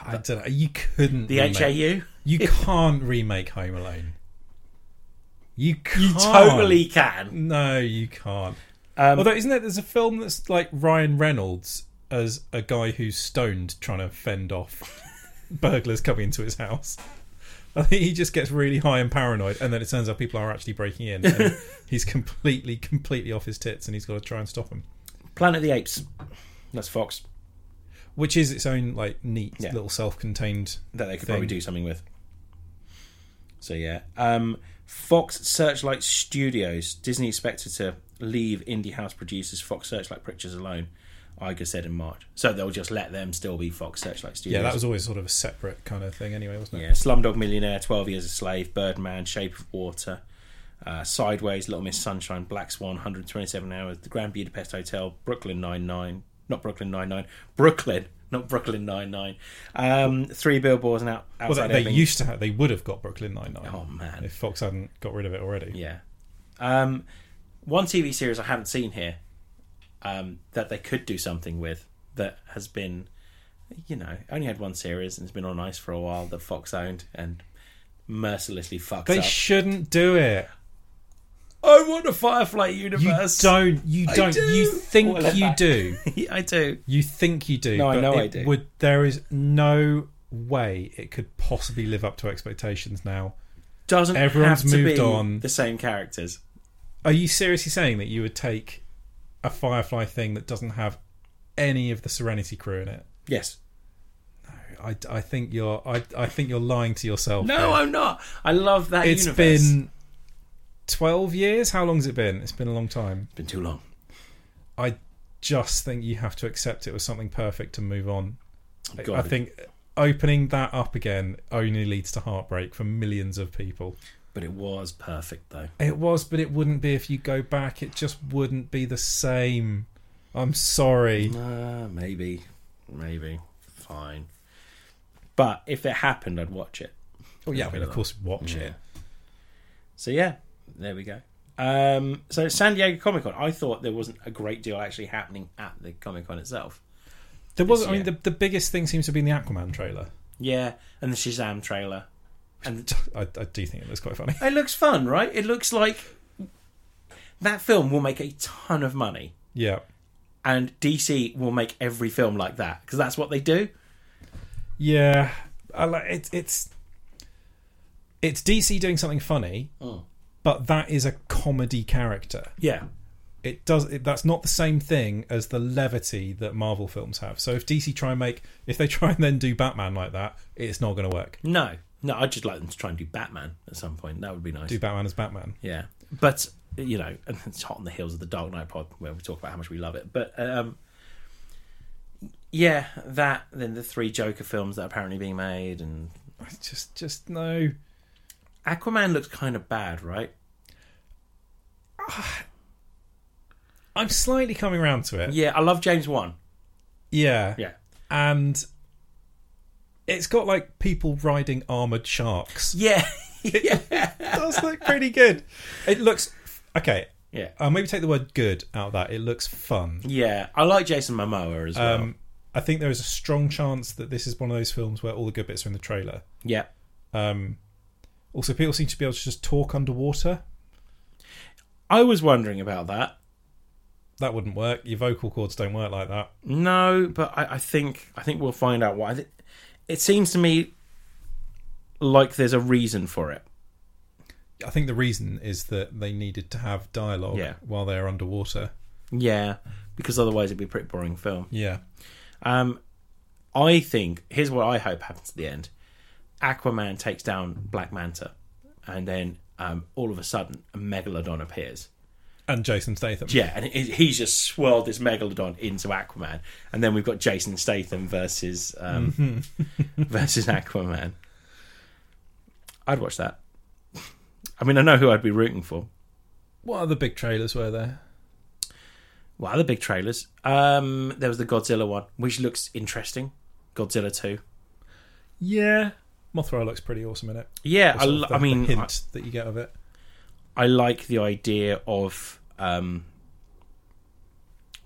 Speaker 2: I don't know. You couldn't.
Speaker 1: The
Speaker 2: remake-
Speaker 1: HAU?
Speaker 2: You can't remake Home Alone. You can't.
Speaker 1: You totally can.
Speaker 2: No, you can't.
Speaker 1: Um,
Speaker 2: Although, isn't it? There's a film that's like Ryan Reynolds as a guy who's stoned trying to fend off burglars coming into his house. I think he just gets really high and paranoid, and then it turns out people are actually breaking in. And he's completely, completely off his tits, and he's got to try and stop them.
Speaker 1: Planet of the Apes. That's Fox.
Speaker 2: Which is its own like neat
Speaker 1: Yeah.
Speaker 2: little self-contained.
Speaker 1: That they could
Speaker 2: Thing.
Speaker 1: probably do something with. So yeah. Um, Fox Searchlight Studios. Disney expected to leave indie house producers Fox Searchlight Pictures alone, Iger said in March. So they'll just let them still be Fox Searchlight Studios.
Speaker 2: Yeah, that was always sort of a separate kind of thing, anyway, wasn't it?
Speaker 1: Yeah, Slumdog Millionaire, Twelve Years a Slave, Birdman, Shape of Water, uh, Sideways, Little Miss Sunshine, Black Swan, 127 Hours, The Grand Budapest Hotel, Brooklyn Nine Nine, not Brooklyn Nine Nine, Brooklyn, not Brooklyn Nine Nine, um, Three Billboards and out,
Speaker 2: Well,
Speaker 1: outside
Speaker 2: they, they
Speaker 1: Ebbing.
Speaker 2: used to have. They would have got Brooklyn Nine Nine.
Speaker 1: Oh, man.
Speaker 2: if Fox hadn't got rid of it already.
Speaker 1: Yeah. Um, one TV series I haven't seen here um, that they could do something with that has been, you know, only had one series and it's been on ice for a while that Fox owned and mercilessly fucked
Speaker 2: They
Speaker 1: up.
Speaker 2: shouldn't do it.
Speaker 1: I want a Firefly
Speaker 2: You
Speaker 1: universe.
Speaker 2: don't. You
Speaker 1: I
Speaker 2: don't.
Speaker 1: do.
Speaker 2: You think
Speaker 1: Well, I'm
Speaker 2: you
Speaker 1: back.
Speaker 2: do.
Speaker 1: I do.
Speaker 2: You think you do.
Speaker 1: No, I
Speaker 2: but
Speaker 1: know I
Speaker 2: it
Speaker 1: do.
Speaker 2: Would there is no way it could possibly live up to expectations now.
Speaker 1: Doesn't
Speaker 2: Everyone's
Speaker 1: have to
Speaker 2: moved
Speaker 1: be
Speaker 2: on.
Speaker 1: the same characters.
Speaker 2: Are you seriously saying that you would take a Firefly thing that doesn't have any of the Serenity crew in it?
Speaker 1: Yes.
Speaker 2: I, I think you're I, I think you're lying to yourself.
Speaker 1: No, I'm not. I love that
Speaker 2: It's
Speaker 1: universe.
Speaker 2: been twelve years. How long's it been? It's been a long time.
Speaker 1: been too long.
Speaker 2: I just think you have to accept it was something perfect and move on.
Speaker 1: God.
Speaker 2: I think opening that up again only leads to heartbreak for millions of people.
Speaker 1: But it was perfect though.
Speaker 2: It was, but it wouldn't be if you go back. It just wouldn't be the same. I'm sorry.
Speaker 1: Uh, maybe. Maybe. Fine. But if it happened I'd watch it.
Speaker 2: Oh yeah, I mean, of course, watch it.
Speaker 1: So yeah, there we go. Um, so San Diego Comic Con, I thought there wasn't a great deal actually happening at the Comic Con itself.
Speaker 2: There was.
Speaker 1: This
Speaker 2: I mean, the,
Speaker 1: year.
Speaker 2: the biggest thing seems to be in the Aquaman trailer.
Speaker 1: Yeah, and the Shazam trailer. And
Speaker 2: I, I do think it was quite funny.
Speaker 1: It looks fun, right? It looks like that film will make a ton of money,
Speaker 2: Yeah,
Speaker 1: and DC will make every film like that because that's what they do.
Speaker 2: yeah. I like it, it's it's DC doing something funny, but that is a comedy character.
Speaker 1: Yeah,
Speaker 2: it does it, that's not the same thing as the levity that marvel films have so if dc try and make if they try and then do batman like that it's not going to work
Speaker 1: no, no. I'd just like them to try and do Batman at some point. That would be nice.
Speaker 2: do batman as batman
Speaker 1: yeah, but you know, and it's hot on the heels of the Dark Knight pod where we talk about how much we love it. But um, yeah, that then the three Joker films that are apparently being made, and
Speaker 2: Just, just no.
Speaker 1: Aquaman looks kind of bad, right?
Speaker 2: I'm slightly coming around to it.
Speaker 1: Yeah, I love James Wan.
Speaker 2: Yeah.
Speaker 1: Yeah,
Speaker 2: And it's got like people riding armored sharks.
Speaker 1: yeah, yeah,
Speaker 2: It does look pretty good. It looks okay.
Speaker 1: yeah,
Speaker 2: I'll maybe take the word "good" out of that. It looks fun.
Speaker 1: yeah. I like Jason Momoa as well.
Speaker 2: Um, I think there is a strong chance that this is one of those films where all the good bits are in the trailer.
Speaker 1: yeah,
Speaker 2: Um, also, people seem to be able to just talk underwater.
Speaker 1: I was wondering about that.
Speaker 2: That wouldn't work. Your vocal cords don't work like that.
Speaker 1: No, but I, I think I think we'll find out why. I thi- It seems to me like there's a reason for it.
Speaker 2: I think the reason is that they needed to have dialogue
Speaker 1: Yeah.
Speaker 2: while they're underwater.
Speaker 1: Yeah, because otherwise it'd be a pretty boring film.
Speaker 2: Yeah.
Speaker 1: Um, I think here's what I hope happens at the end: Aquaman takes down Black Manta, and then um, all of a sudden a megalodon appears.
Speaker 2: And Jason Statham.
Speaker 1: Yeah, and it, he's just swirled this megalodon into Aquaman, and then we've got Jason Statham versus um, versus Aquaman. I'd watch that. I mean, I know who I'd be rooting for.
Speaker 2: What other big trailers were there?
Speaker 1: What other big trailers? Um, there was the Godzilla one, which looks interesting. Godzilla two.
Speaker 2: Yeah. Mothra looks pretty awesome in it.
Speaker 1: Yeah,
Speaker 2: Or
Speaker 1: I,
Speaker 2: sort of
Speaker 1: l-
Speaker 2: the-
Speaker 1: I
Speaker 2: the
Speaker 1: mean, I,
Speaker 2: hint that you get of it.
Speaker 1: I like the idea of um,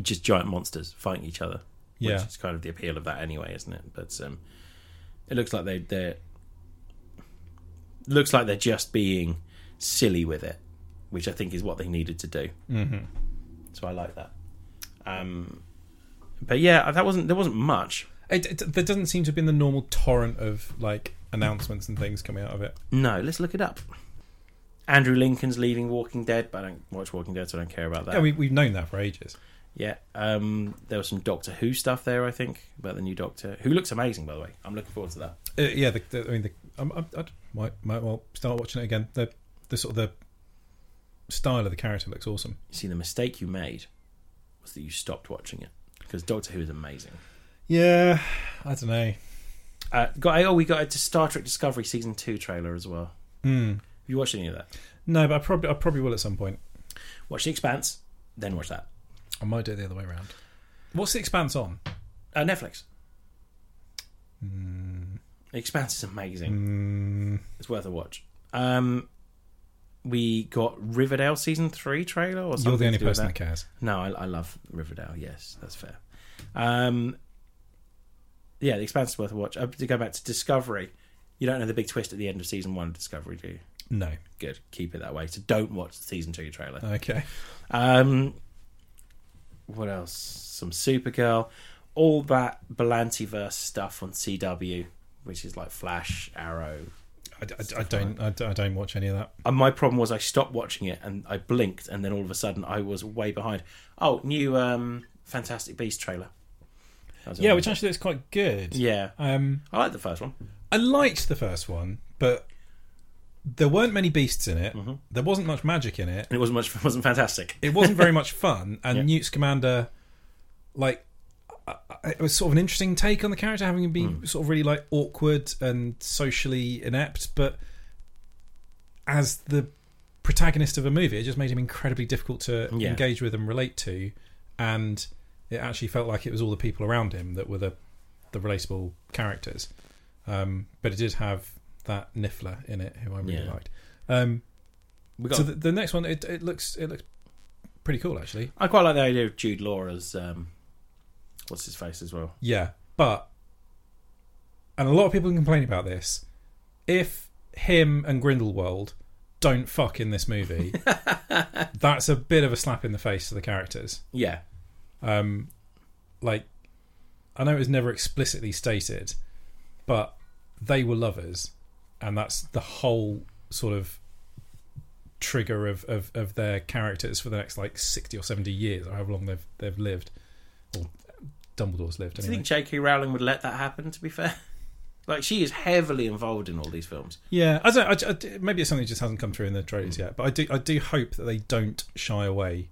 Speaker 1: just giant monsters fighting each other.
Speaker 2: Yeah.
Speaker 1: which is kind of the appeal of that anyway, isn't it? But um, it looks like they they looks like they're just being silly with it, which I think is what they needed to do. Mm-hmm. So I like that. Um, but yeah, that wasn't there wasn't much.
Speaker 2: It, it- there doesn't seem to have been the normal torrent of like announcements and things coming out of it.
Speaker 1: No, let's look it up. Andrew Lincoln's leaving Walking Dead, but I don't watch Walking Dead, so I don't care about that.
Speaker 2: Yeah, we, we've known that for ages.
Speaker 1: Yeah, um, there was some Doctor Who stuff there, I think, about the new Doctor, who looks amazing, by the way. I'm looking forward to that.
Speaker 2: Uh, yeah, the, the, I mean, the, I'm, I'm, I might might well start watching it again. The the sort of the style of the character looks awesome.
Speaker 1: You see, the mistake you made was that you stopped watching it because Doctor Who is amazing.
Speaker 2: Yeah, I don't know.
Speaker 1: Uh, got oh, we got a Star Trek Discovery season two trailer as well.
Speaker 2: Mm.
Speaker 1: Have you watched any of that?
Speaker 2: No, but I probably I probably will at some point.
Speaker 1: Watch The Expanse, then watch that.
Speaker 2: I might do it the other way around. What's the Expanse on?
Speaker 1: Uh, Netflix.
Speaker 2: Hmm.
Speaker 1: The Expanse is amazing.
Speaker 2: Mm,
Speaker 1: It's worth a watch. Um, we got Riverdale season three trailer or something.
Speaker 2: you're the only
Speaker 1: to do with
Speaker 2: person
Speaker 1: that.
Speaker 2: that cares.
Speaker 1: No, I, I love Riverdale. Yes, that's fair. Um, yeah, The Expanse is worth a watch. Uh, to go back to Discovery, you don't know the big twist at the end of season one of Discovery, do you?
Speaker 2: No.
Speaker 1: Good, keep it that way. So don't watch the season two trailer.
Speaker 2: Okay.
Speaker 1: Um, what else? Some Supergirl, all that Belantiverse stuff on CW, which is like Flash, Arrow.
Speaker 2: I, I- I don't I, don't- I don't watch any of that.
Speaker 1: And my problem was I stopped watching it and I blinked, and then all of a sudden I was way behind. Oh, new um, Fantastic Beast trailer. That was
Speaker 2: Yeah,
Speaker 1: another
Speaker 2: which actually looks quite good.
Speaker 1: Yeah,
Speaker 2: Um,
Speaker 1: I like the first one.
Speaker 2: I liked the first one, but there weren't many beasts in it.
Speaker 1: Mm-hmm.
Speaker 2: There wasn't much magic in it.
Speaker 1: And it wasn't much. wasn't fantastic.
Speaker 2: It wasn't very much fun, and Newt's commander, like, I- I- it was sort of an interesting take on the character, having him be
Speaker 1: Hmm.
Speaker 2: sort of really like awkward and socially inept. But as the protagonist of a movie, it just made him incredibly difficult to
Speaker 1: Yeah.
Speaker 2: engage with and relate to, and it actually felt like it was all the people around him that were the the relatable characters. Um, but it did have that Niffler in it, who I really
Speaker 1: Yeah.
Speaker 2: liked. Um,
Speaker 1: We got.
Speaker 2: so the, the next one, it, it looks it looks pretty cool actually.
Speaker 1: I quite like the idea of Jude Law as um, what's his face as well.
Speaker 2: Yeah, but and a lot of people complain about this. If him and Grindelwald don't fuck in this movie, that's a bit of a slap in the face to the characters.
Speaker 1: Yeah,
Speaker 2: Um, like I know it was never explicitly stated, but they were lovers, and that's the whole sort of trigger of, of, of their characters for the next like sixty or seventy years, or however long they've they've lived, or Dumbledore's lived.
Speaker 1: do you
Speaker 2: Anyway.
Speaker 1: think J.K. Rowling would let that happen? To be fair, Like she is heavily involved in all these films.
Speaker 2: Yeah, I don't. I, I, maybe it's something that just hasn't come through in the trailers yet. But I do. I do hope that they don't shy away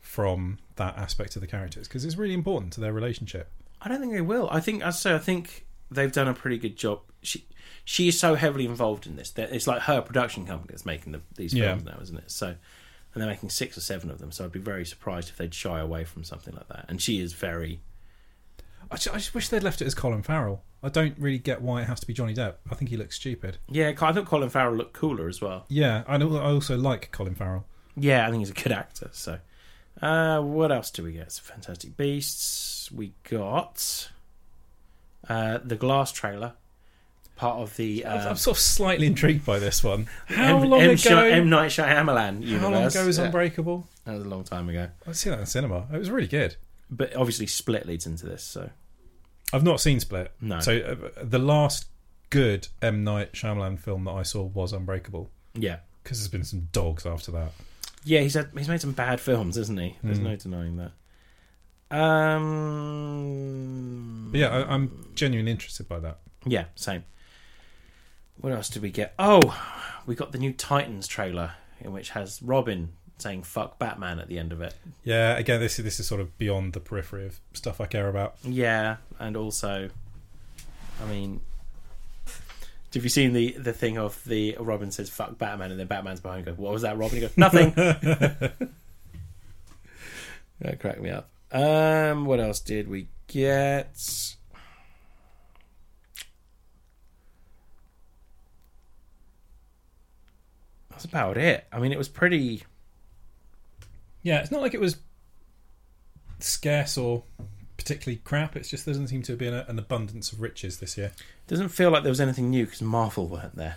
Speaker 2: from that aspect of the characters because it's really important to their relationship.
Speaker 1: I don't think they will. I think, as I say, I think they've done a pretty good job. She she is so heavily involved in this that it's like her production company that's making the, these
Speaker 2: Yeah.
Speaker 1: films now, isn't it? So, and they're making six or seven of them. So I'd be very surprised if they'd shy away from something like that. And she is very
Speaker 2: I just, I just wish they'd left it as Colin Farrell. I don't really get why it has to be Johnny Depp. I think he looks stupid.
Speaker 1: yeah. I thought Colin Farrell looked cooler as well.
Speaker 2: Yeah, I know- I also like Colin Farrell.
Speaker 1: Yeah, I think he's a good actor. So, uh, what else do we get? So Fantastic Beasts. We got uh, the Glass trailer, part of the.
Speaker 2: I'm-
Speaker 1: Uh,
Speaker 2: I'm sort of slightly intrigued by this one. How
Speaker 1: M,
Speaker 2: long
Speaker 1: M.
Speaker 2: ago?
Speaker 1: Shy- M. Night Shyamalan universe.
Speaker 2: how long ago is
Speaker 1: Yeah,
Speaker 2: Unbreakable?
Speaker 1: That was a long time ago.
Speaker 2: I've seen that in cinema. It was really good.
Speaker 1: But obviously, Split leads into this. So
Speaker 2: I've not seen Split.
Speaker 1: No.
Speaker 2: So uh, the last good M Night Shyamalan film that I saw was Unbreakable
Speaker 1: yeah,
Speaker 2: because there's been some dogs after that.
Speaker 1: yeah. He's had, he's made some bad films, isn't he?
Speaker 2: Hmm.
Speaker 1: There's no denying that. Um.
Speaker 2: But yeah, I, I'm genuinely interested by that.
Speaker 1: Yeah, same. What else did we get? Oh, we got the new Titans trailer, in which has Robin saying "fuck Batman" at the end of it.
Speaker 2: Yeah, again, this this is sort of beyond the periphery of stuff I care about.
Speaker 1: Yeah, and also, I mean, have you seen the the thing of the Robin says "fuck Batman" and then Batman's behind? Go, what was that, Robin? He goes, nothing. that cracked me up. Um, what else did we get? That's about it. I mean, it was pretty.
Speaker 2: Yeah, it's not like it was scarce or particularly crap. It's just there doesn't seem to be an, an abundance of riches this year.
Speaker 1: Doesn't feel like there was anything new because Marvel weren't there.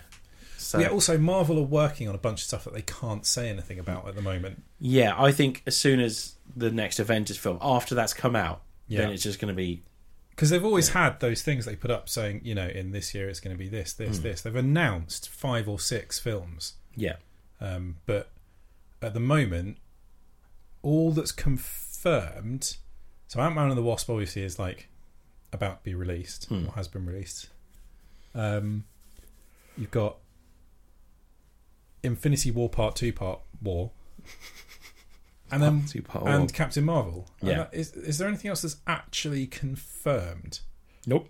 Speaker 1: So
Speaker 2: yeah, also Marvel are working on a bunch of stuff that they can't say anything about at the moment.
Speaker 1: Yeah, I think as soon as the next Avengers film, after that's come out,
Speaker 2: Yeah.
Speaker 1: then it's just going to be
Speaker 2: Because they've always had those things they put up saying, you know, in this year it's going to be this, this, this. They've announced five or six films.
Speaker 1: yeah,
Speaker 2: Um, but at the moment, all that's confirmed. So Ant Man and the Wasp obviously is like about to be released
Speaker 1: Hmm.
Speaker 2: or has been released. Um, you've got Infinity War Part Two, Part War, and then
Speaker 1: Part two, part
Speaker 2: and
Speaker 1: one.
Speaker 2: Captain Marvel. And
Speaker 1: Yeah.
Speaker 2: that- is is there anything else that's actually confirmed?
Speaker 1: nope.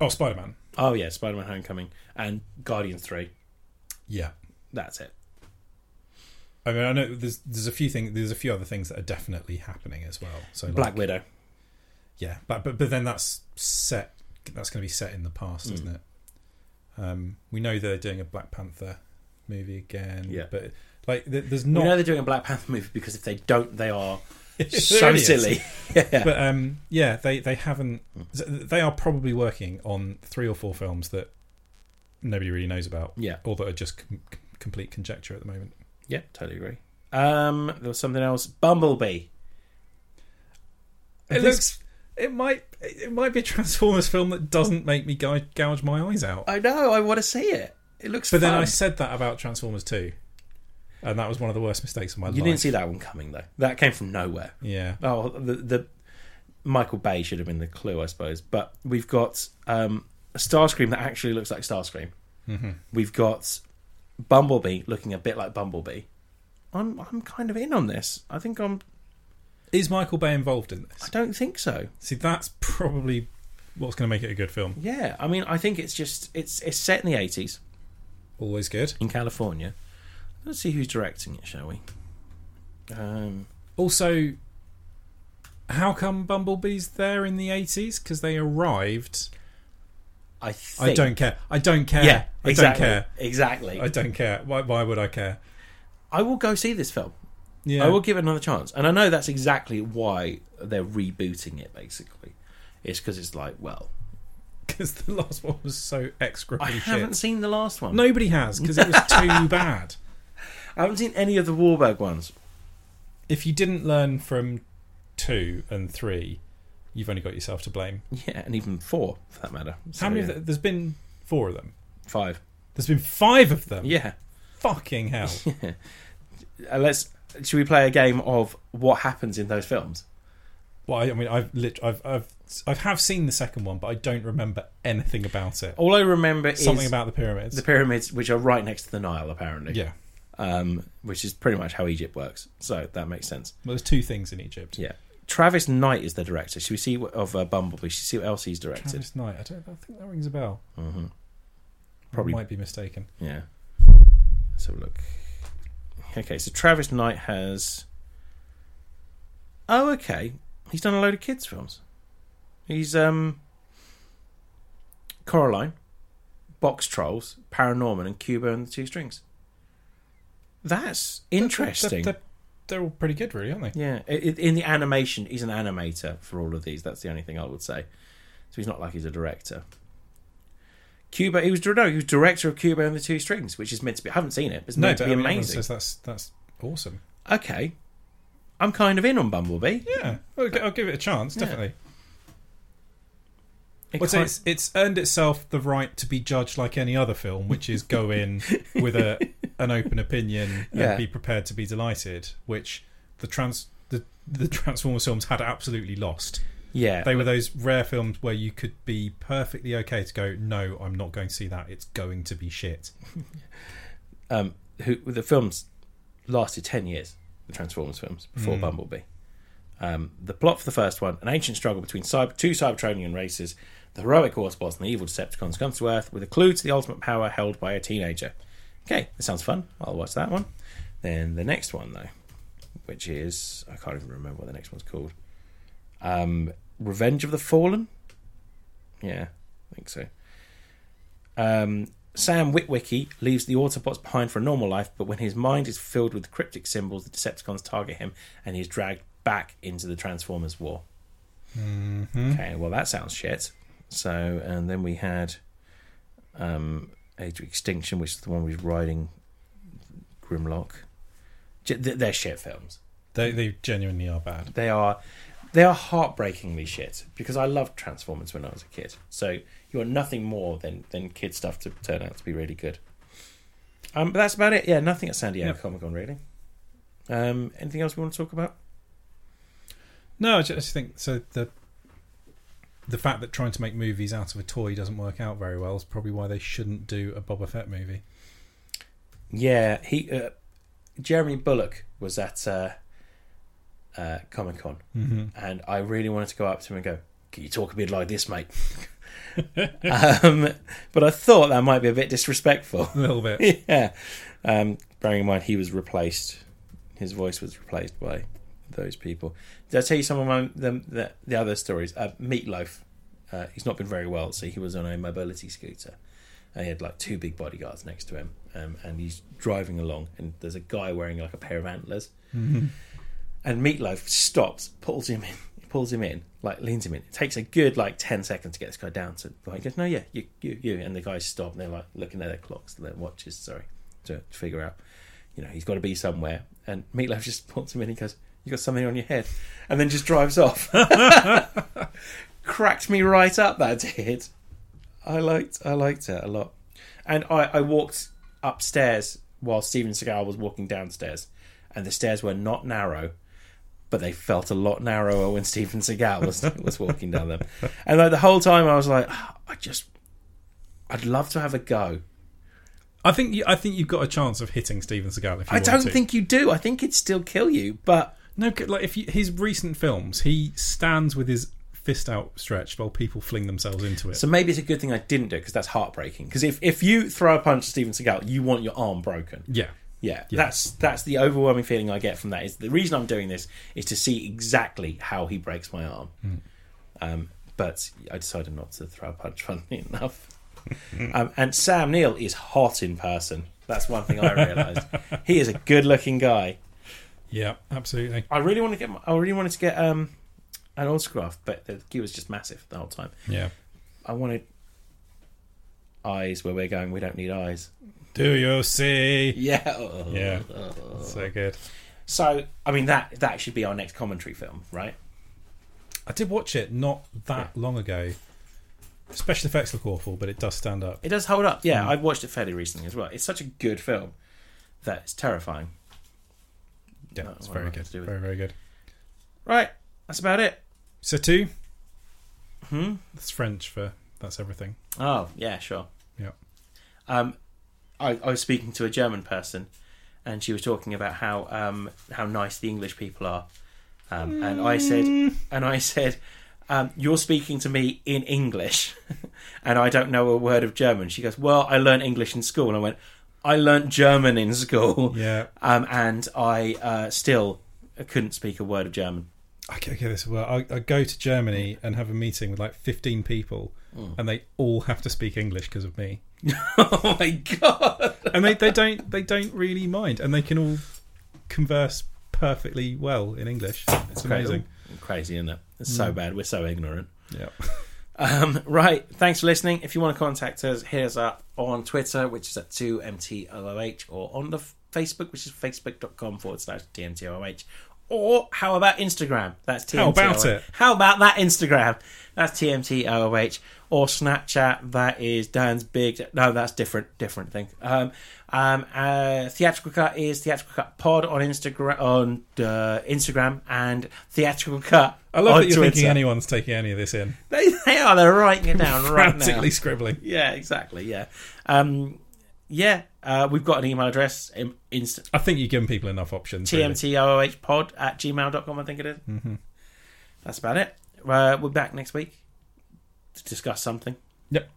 Speaker 2: Oh, Spider Man.
Speaker 1: Oh yeah, Spider Man Homecoming and Guardians Three.
Speaker 2: Yeah.
Speaker 1: That's it.
Speaker 2: I mean, I know there's there's a few things there's a few other things that are definitely happening as well. So like,
Speaker 1: Black Widow.
Speaker 2: Yeah, but but, but then that's set. That's going to be set in the past, isn't it? Um, we know they're doing a Black Panther movie again.
Speaker 1: Yeah.
Speaker 2: but like, there, there's
Speaker 1: We
Speaker 2: not.
Speaker 1: know they're doing a Black Panther movie because if they don't, they are
Speaker 2: They're
Speaker 1: so
Speaker 2: idiots.
Speaker 1: silly. yeah.
Speaker 2: But um, yeah, Hmm. they they haven't. They are probably working on three or four films that nobody really knows about,
Speaker 1: yeah,
Speaker 2: or that are just com- com- complete conjecture at the moment.
Speaker 1: yeah, totally agree. Um, there was something else. Bumblebee.
Speaker 2: It looks. It might. It might be a Transformers film that doesn't make me gou- gouge my eyes out.
Speaker 1: I know. I want to see it. It looks.
Speaker 2: But
Speaker 1: fun.
Speaker 2: then I said that about Transformers 2. And that was one of the worst mistakes of my life.
Speaker 1: you didn't see that one coming though. That came from nowhere.
Speaker 2: Yeah.
Speaker 1: Oh, the, the Michael Bay should have been the clue, I suppose. But we've got um, a Starscream that actually looks like Starscream.
Speaker 2: Mm-hmm.
Speaker 1: We've got Bumblebee looking a bit like Bumblebee. I'm I'm kind of in on this. I think I'm.
Speaker 2: Is Michael Bay involved in
Speaker 1: I
Speaker 2: this?
Speaker 1: don't think so.
Speaker 2: See, that's probably what's going to make it a good film.
Speaker 1: Yeah, I mean, I think it's just it's it's set in the eighties
Speaker 2: Always good.
Speaker 1: in California. Let's see who's directing it, shall we? Um,
Speaker 2: Also, how come Bumblebee's there in the 80s? Because they arrived.
Speaker 1: I think.
Speaker 2: I don't care. I don't care.
Speaker 1: Yeah,
Speaker 2: I
Speaker 1: exactly.
Speaker 2: don't care.
Speaker 1: Exactly.
Speaker 2: I don't care. Why, why would I care?
Speaker 1: I will go see this film.
Speaker 2: Yeah.
Speaker 1: I will give it another chance. And I know that's exactly why they're rebooting it, basically. It's because it's like, well,
Speaker 2: Because the last one was so
Speaker 1: I
Speaker 2: execrably
Speaker 1: haven't
Speaker 2: shit.
Speaker 1: seen the last one.
Speaker 2: Nobody has, because it was too bad.
Speaker 1: I haven't seen any of the Warburg ones.
Speaker 2: if you didn't learn from two and three, you've only got yourself to blame.
Speaker 1: Yeah, and even four, for that matter. So,
Speaker 2: How many?
Speaker 1: yeah,
Speaker 2: Of the, there's been four of them.
Speaker 1: Five.
Speaker 2: There's been five of them.
Speaker 1: Yeah.
Speaker 2: Fucking hell.
Speaker 1: Uh, let's. Should we play a game of what happens in those films?
Speaker 2: Well, I, I mean, I've, lit- I've I've I've have seen the second one, but I don't remember anything about it.
Speaker 1: All I remember is
Speaker 2: Something about the pyramids.
Speaker 1: the pyramids, which are right next to the Nile, apparently.
Speaker 2: yeah.
Speaker 1: Um, which is pretty much how Egypt works. So that makes sense.
Speaker 2: Well, there's two things in Egypt.
Speaker 1: Yeah. Travis Knight is the director. Should we see what, of uh, Bumblebee? Should we see what else he's directed?
Speaker 2: Travis Knight. I don't. I think that rings a bell.
Speaker 1: hmm
Speaker 2: Probably
Speaker 1: Probably.
Speaker 2: might be mistaken.
Speaker 1: Yeah. Let's have a look. Okay, so Travis Knight has. Oh, okay. He's done a load of kids' films. He's um. Coraline, Box Trolls, Paranorman, and Cuba and the Two Strings. That's interesting.
Speaker 2: They're, they're- they're all pretty good, really, aren't they?
Speaker 1: Yeah, i- i- in the animation, he's an animator for all of these. That's the only thing I would say. So he's not like he's a director. Cuba, he was no, he was director of Cuba and the Two Strings, which is meant to be. I haven't seen it, but it's meant to be
Speaker 2: I mean, everyone
Speaker 1: amazing.
Speaker 2: says that's that's awesome.
Speaker 1: Okay, I'm kind of in on Bumblebee.
Speaker 2: Yeah, I'll, gi- I'll give it a chance.
Speaker 1: Yeah.
Speaker 2: Definitely.
Speaker 1: It
Speaker 2: Well, so
Speaker 1: kind-
Speaker 2: it's it's earned itself the right to be judged like any other film, which is go in with a an open opinion
Speaker 1: Yeah.
Speaker 2: and be prepared to be delighted, which the trans the the Transformers films had absolutely lost.
Speaker 1: yeah,
Speaker 2: They were those rare films where you could be perfectly okay to go, no, I'm not going to see that. It's going to be shit.
Speaker 1: um, who the films lasted ten years, the Transformers films before Bumblebee. Um, the plot for the first one: an ancient struggle between cyber, two Cybertronian races, the heroic Autobots and the evil Decepticons, comes to Earth with a clue to the ultimate power held by a teenager. Okay, that sounds fun. I'll watch that one. Then the next one, though, which is I can't even remember what the next one's called. Um, Revenge of the Fallen. Yeah, I think so. Um, Sam Witwicky leaves the Autobots behind for a normal life, but when his mind is filled with cryptic symbols, the Decepticons target him and he is dragged back into the Transformers war. Okay, well, that sounds shit. So, and then we had um, Age of Extinction, which is the one with riding Grimlock. J- th- They're shit films.
Speaker 2: They they genuinely are bad.
Speaker 1: They are they are heartbreakingly shit because I loved Transformers when I was a kid. So you are nothing more than than kid stuff to turn out to be really good. Um, but that's about it. Yeah, nothing at San Diego
Speaker 2: Yep.
Speaker 1: Comic Con really. Um, anything else we want to talk about?
Speaker 2: No, I ju- I just think so. The the fact that trying to make movies out of a toy doesn't work out very well is probably why they shouldn't do a Boba Fett movie.
Speaker 1: Yeah, he uh, Jeremy Bullock was at uh, uh, Comic Con,
Speaker 2: Mm-hmm.
Speaker 1: and I really wanted to go up to him and go, "Can you talk a bit like this, mate?" um, but I thought that might be a bit disrespectful.
Speaker 2: A little bit.
Speaker 1: yeah. Um, bearing in mind he was replaced, his voice was replaced by those people. Did I tell you some of my the, the, the other stories? Uh, Meatloaf, uh, he's not been very well, so he was on a mobility scooter. And he had like two big bodyguards next to him, um, and he's driving along, and there's a guy wearing like a pair of antlers, and Meatloaf stops, pulls him in, pulls him in, like leans him in. It takes a good like ten seconds to get this guy down to. Like, he goes, no, yeah, you, you, you, and the guys stop and they're like looking at their clocks, their watches, sorry, to, to figure out, you know, he's got to be somewhere. And Meatloaf just pulls him in. He goes, "You got something on your head," and then just drives off. Cracked me right up. That did. I liked, I liked it a lot. And I, I walked upstairs while Steven Seagal was walking downstairs, and the stairs were not narrow but they felt a lot narrower when Steven Seagal was was walking down them. And like the whole time, I was like, "Ah, I just, I'd love to have a go.
Speaker 2: I think you, I think you've got a chance of hitting Steven Seagal if you
Speaker 1: I
Speaker 2: want
Speaker 1: don't
Speaker 2: to.
Speaker 1: think you do. I think it'd still kill you, but
Speaker 2: no. 'cause, Like if you, his recent films, he stands with his fist outstretched while people fling themselves into it.
Speaker 1: so maybe it's a good thing I didn't do because that's heartbreaking. Because if if you throw a punch at Steven Seagal, you want your arm broken.
Speaker 2: yeah,
Speaker 1: Yeah, that's that's the overwhelming feeling I get from that. Is the reason I'm doing this is to see exactly how he breaks my arm. Um, but I decided not to throw a punch, funnily enough. um, and Sam Neill is hot in person. That's one thing I realised. he is a good-looking guy.
Speaker 2: yeah, absolutely.
Speaker 1: I really want to get. my- I really wanted to get um, an autograph, but the queue was just massive the whole time.
Speaker 2: Yeah.
Speaker 1: I wanted eyes where we're going. We don't need eyes.
Speaker 2: Do you see?
Speaker 1: Yeah.
Speaker 2: Yeah, so good.
Speaker 1: So I mean that that should be our next commentary film, right?
Speaker 2: I did watch it not that long ago. Special effects look awful, but it does stand up.
Speaker 1: It does hold up. Mm. Yeah, I watched it fairly recently as well. It's such a good film that it's terrifying.
Speaker 2: Yeah,
Speaker 1: That's
Speaker 2: it's
Speaker 1: what I
Speaker 2: very
Speaker 1: like
Speaker 2: good.
Speaker 1: to do with
Speaker 2: Very very good.
Speaker 1: Right, that's about it.
Speaker 2: C'est tout.
Speaker 1: Hmm?
Speaker 2: That's French for that's everything.
Speaker 1: Oh, yeah, sure.
Speaker 2: Yeah.
Speaker 1: Um, I, I was speaking to a German person, and she was talking about how um, how nice the English people are, um, and I said, and I said, um, you're speaking to me in English, and I don't know a word of German. She goes, well, I learnt English in school, and I went, I learnt German in school,
Speaker 2: Yeah.
Speaker 1: um, and I uh, still couldn't speak a word of German.
Speaker 2: Okay, okay, this well. I, I go to Germany and have a meeting with like 15 people, and they all have to speak English because of me.
Speaker 1: oh my god!
Speaker 2: And they, they don't they don't really mind, and they can all converse perfectly well in English. It's amazing. Mm.
Speaker 1: Crazy, isn't it? It's so bad. We're so ignorant.
Speaker 2: Yeah.
Speaker 1: Um, right. Thanks for listening. If you want to contact us, hit us up on Twitter, which is at 2MTOOH, or on the f- Facebook, which is facebook.com forward slash TMTOOH. Or how about Instagram? That's TMTOOH.
Speaker 2: How about it?
Speaker 1: How about that Instagram? That's TMTOOH. Or Snapchat, that is Dan's Big. No, that's different, different thing. Um, um, uh, Theatrical Cut is Theatrical Cut Pod on Instagram, on uh, Instagram and Theatrical Cut.
Speaker 2: I love
Speaker 1: on
Speaker 2: that you're
Speaker 1: Twitter.
Speaker 2: thinking anyone's taking any of this in.
Speaker 1: They, they are. They're writing it down right now.
Speaker 2: Frantically scribbling.
Speaker 1: Yeah, exactly. Yeah, um, yeah. Uh, we've got an email address: in, inst-
Speaker 2: I think you've given people enough options. really.
Speaker 1: tmtoohpod at gmail.com, I think it is. That's about it. Uh, we're back next week to discuss something.
Speaker 2: Yep.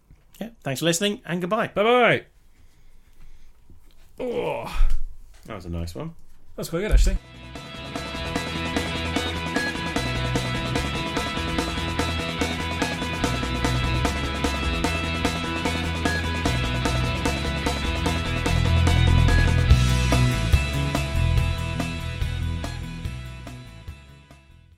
Speaker 1: Yeah. Thanks for listening and goodbye.
Speaker 2: Bye bye. Oh,
Speaker 1: That was a nice one.
Speaker 2: that's quite good actually.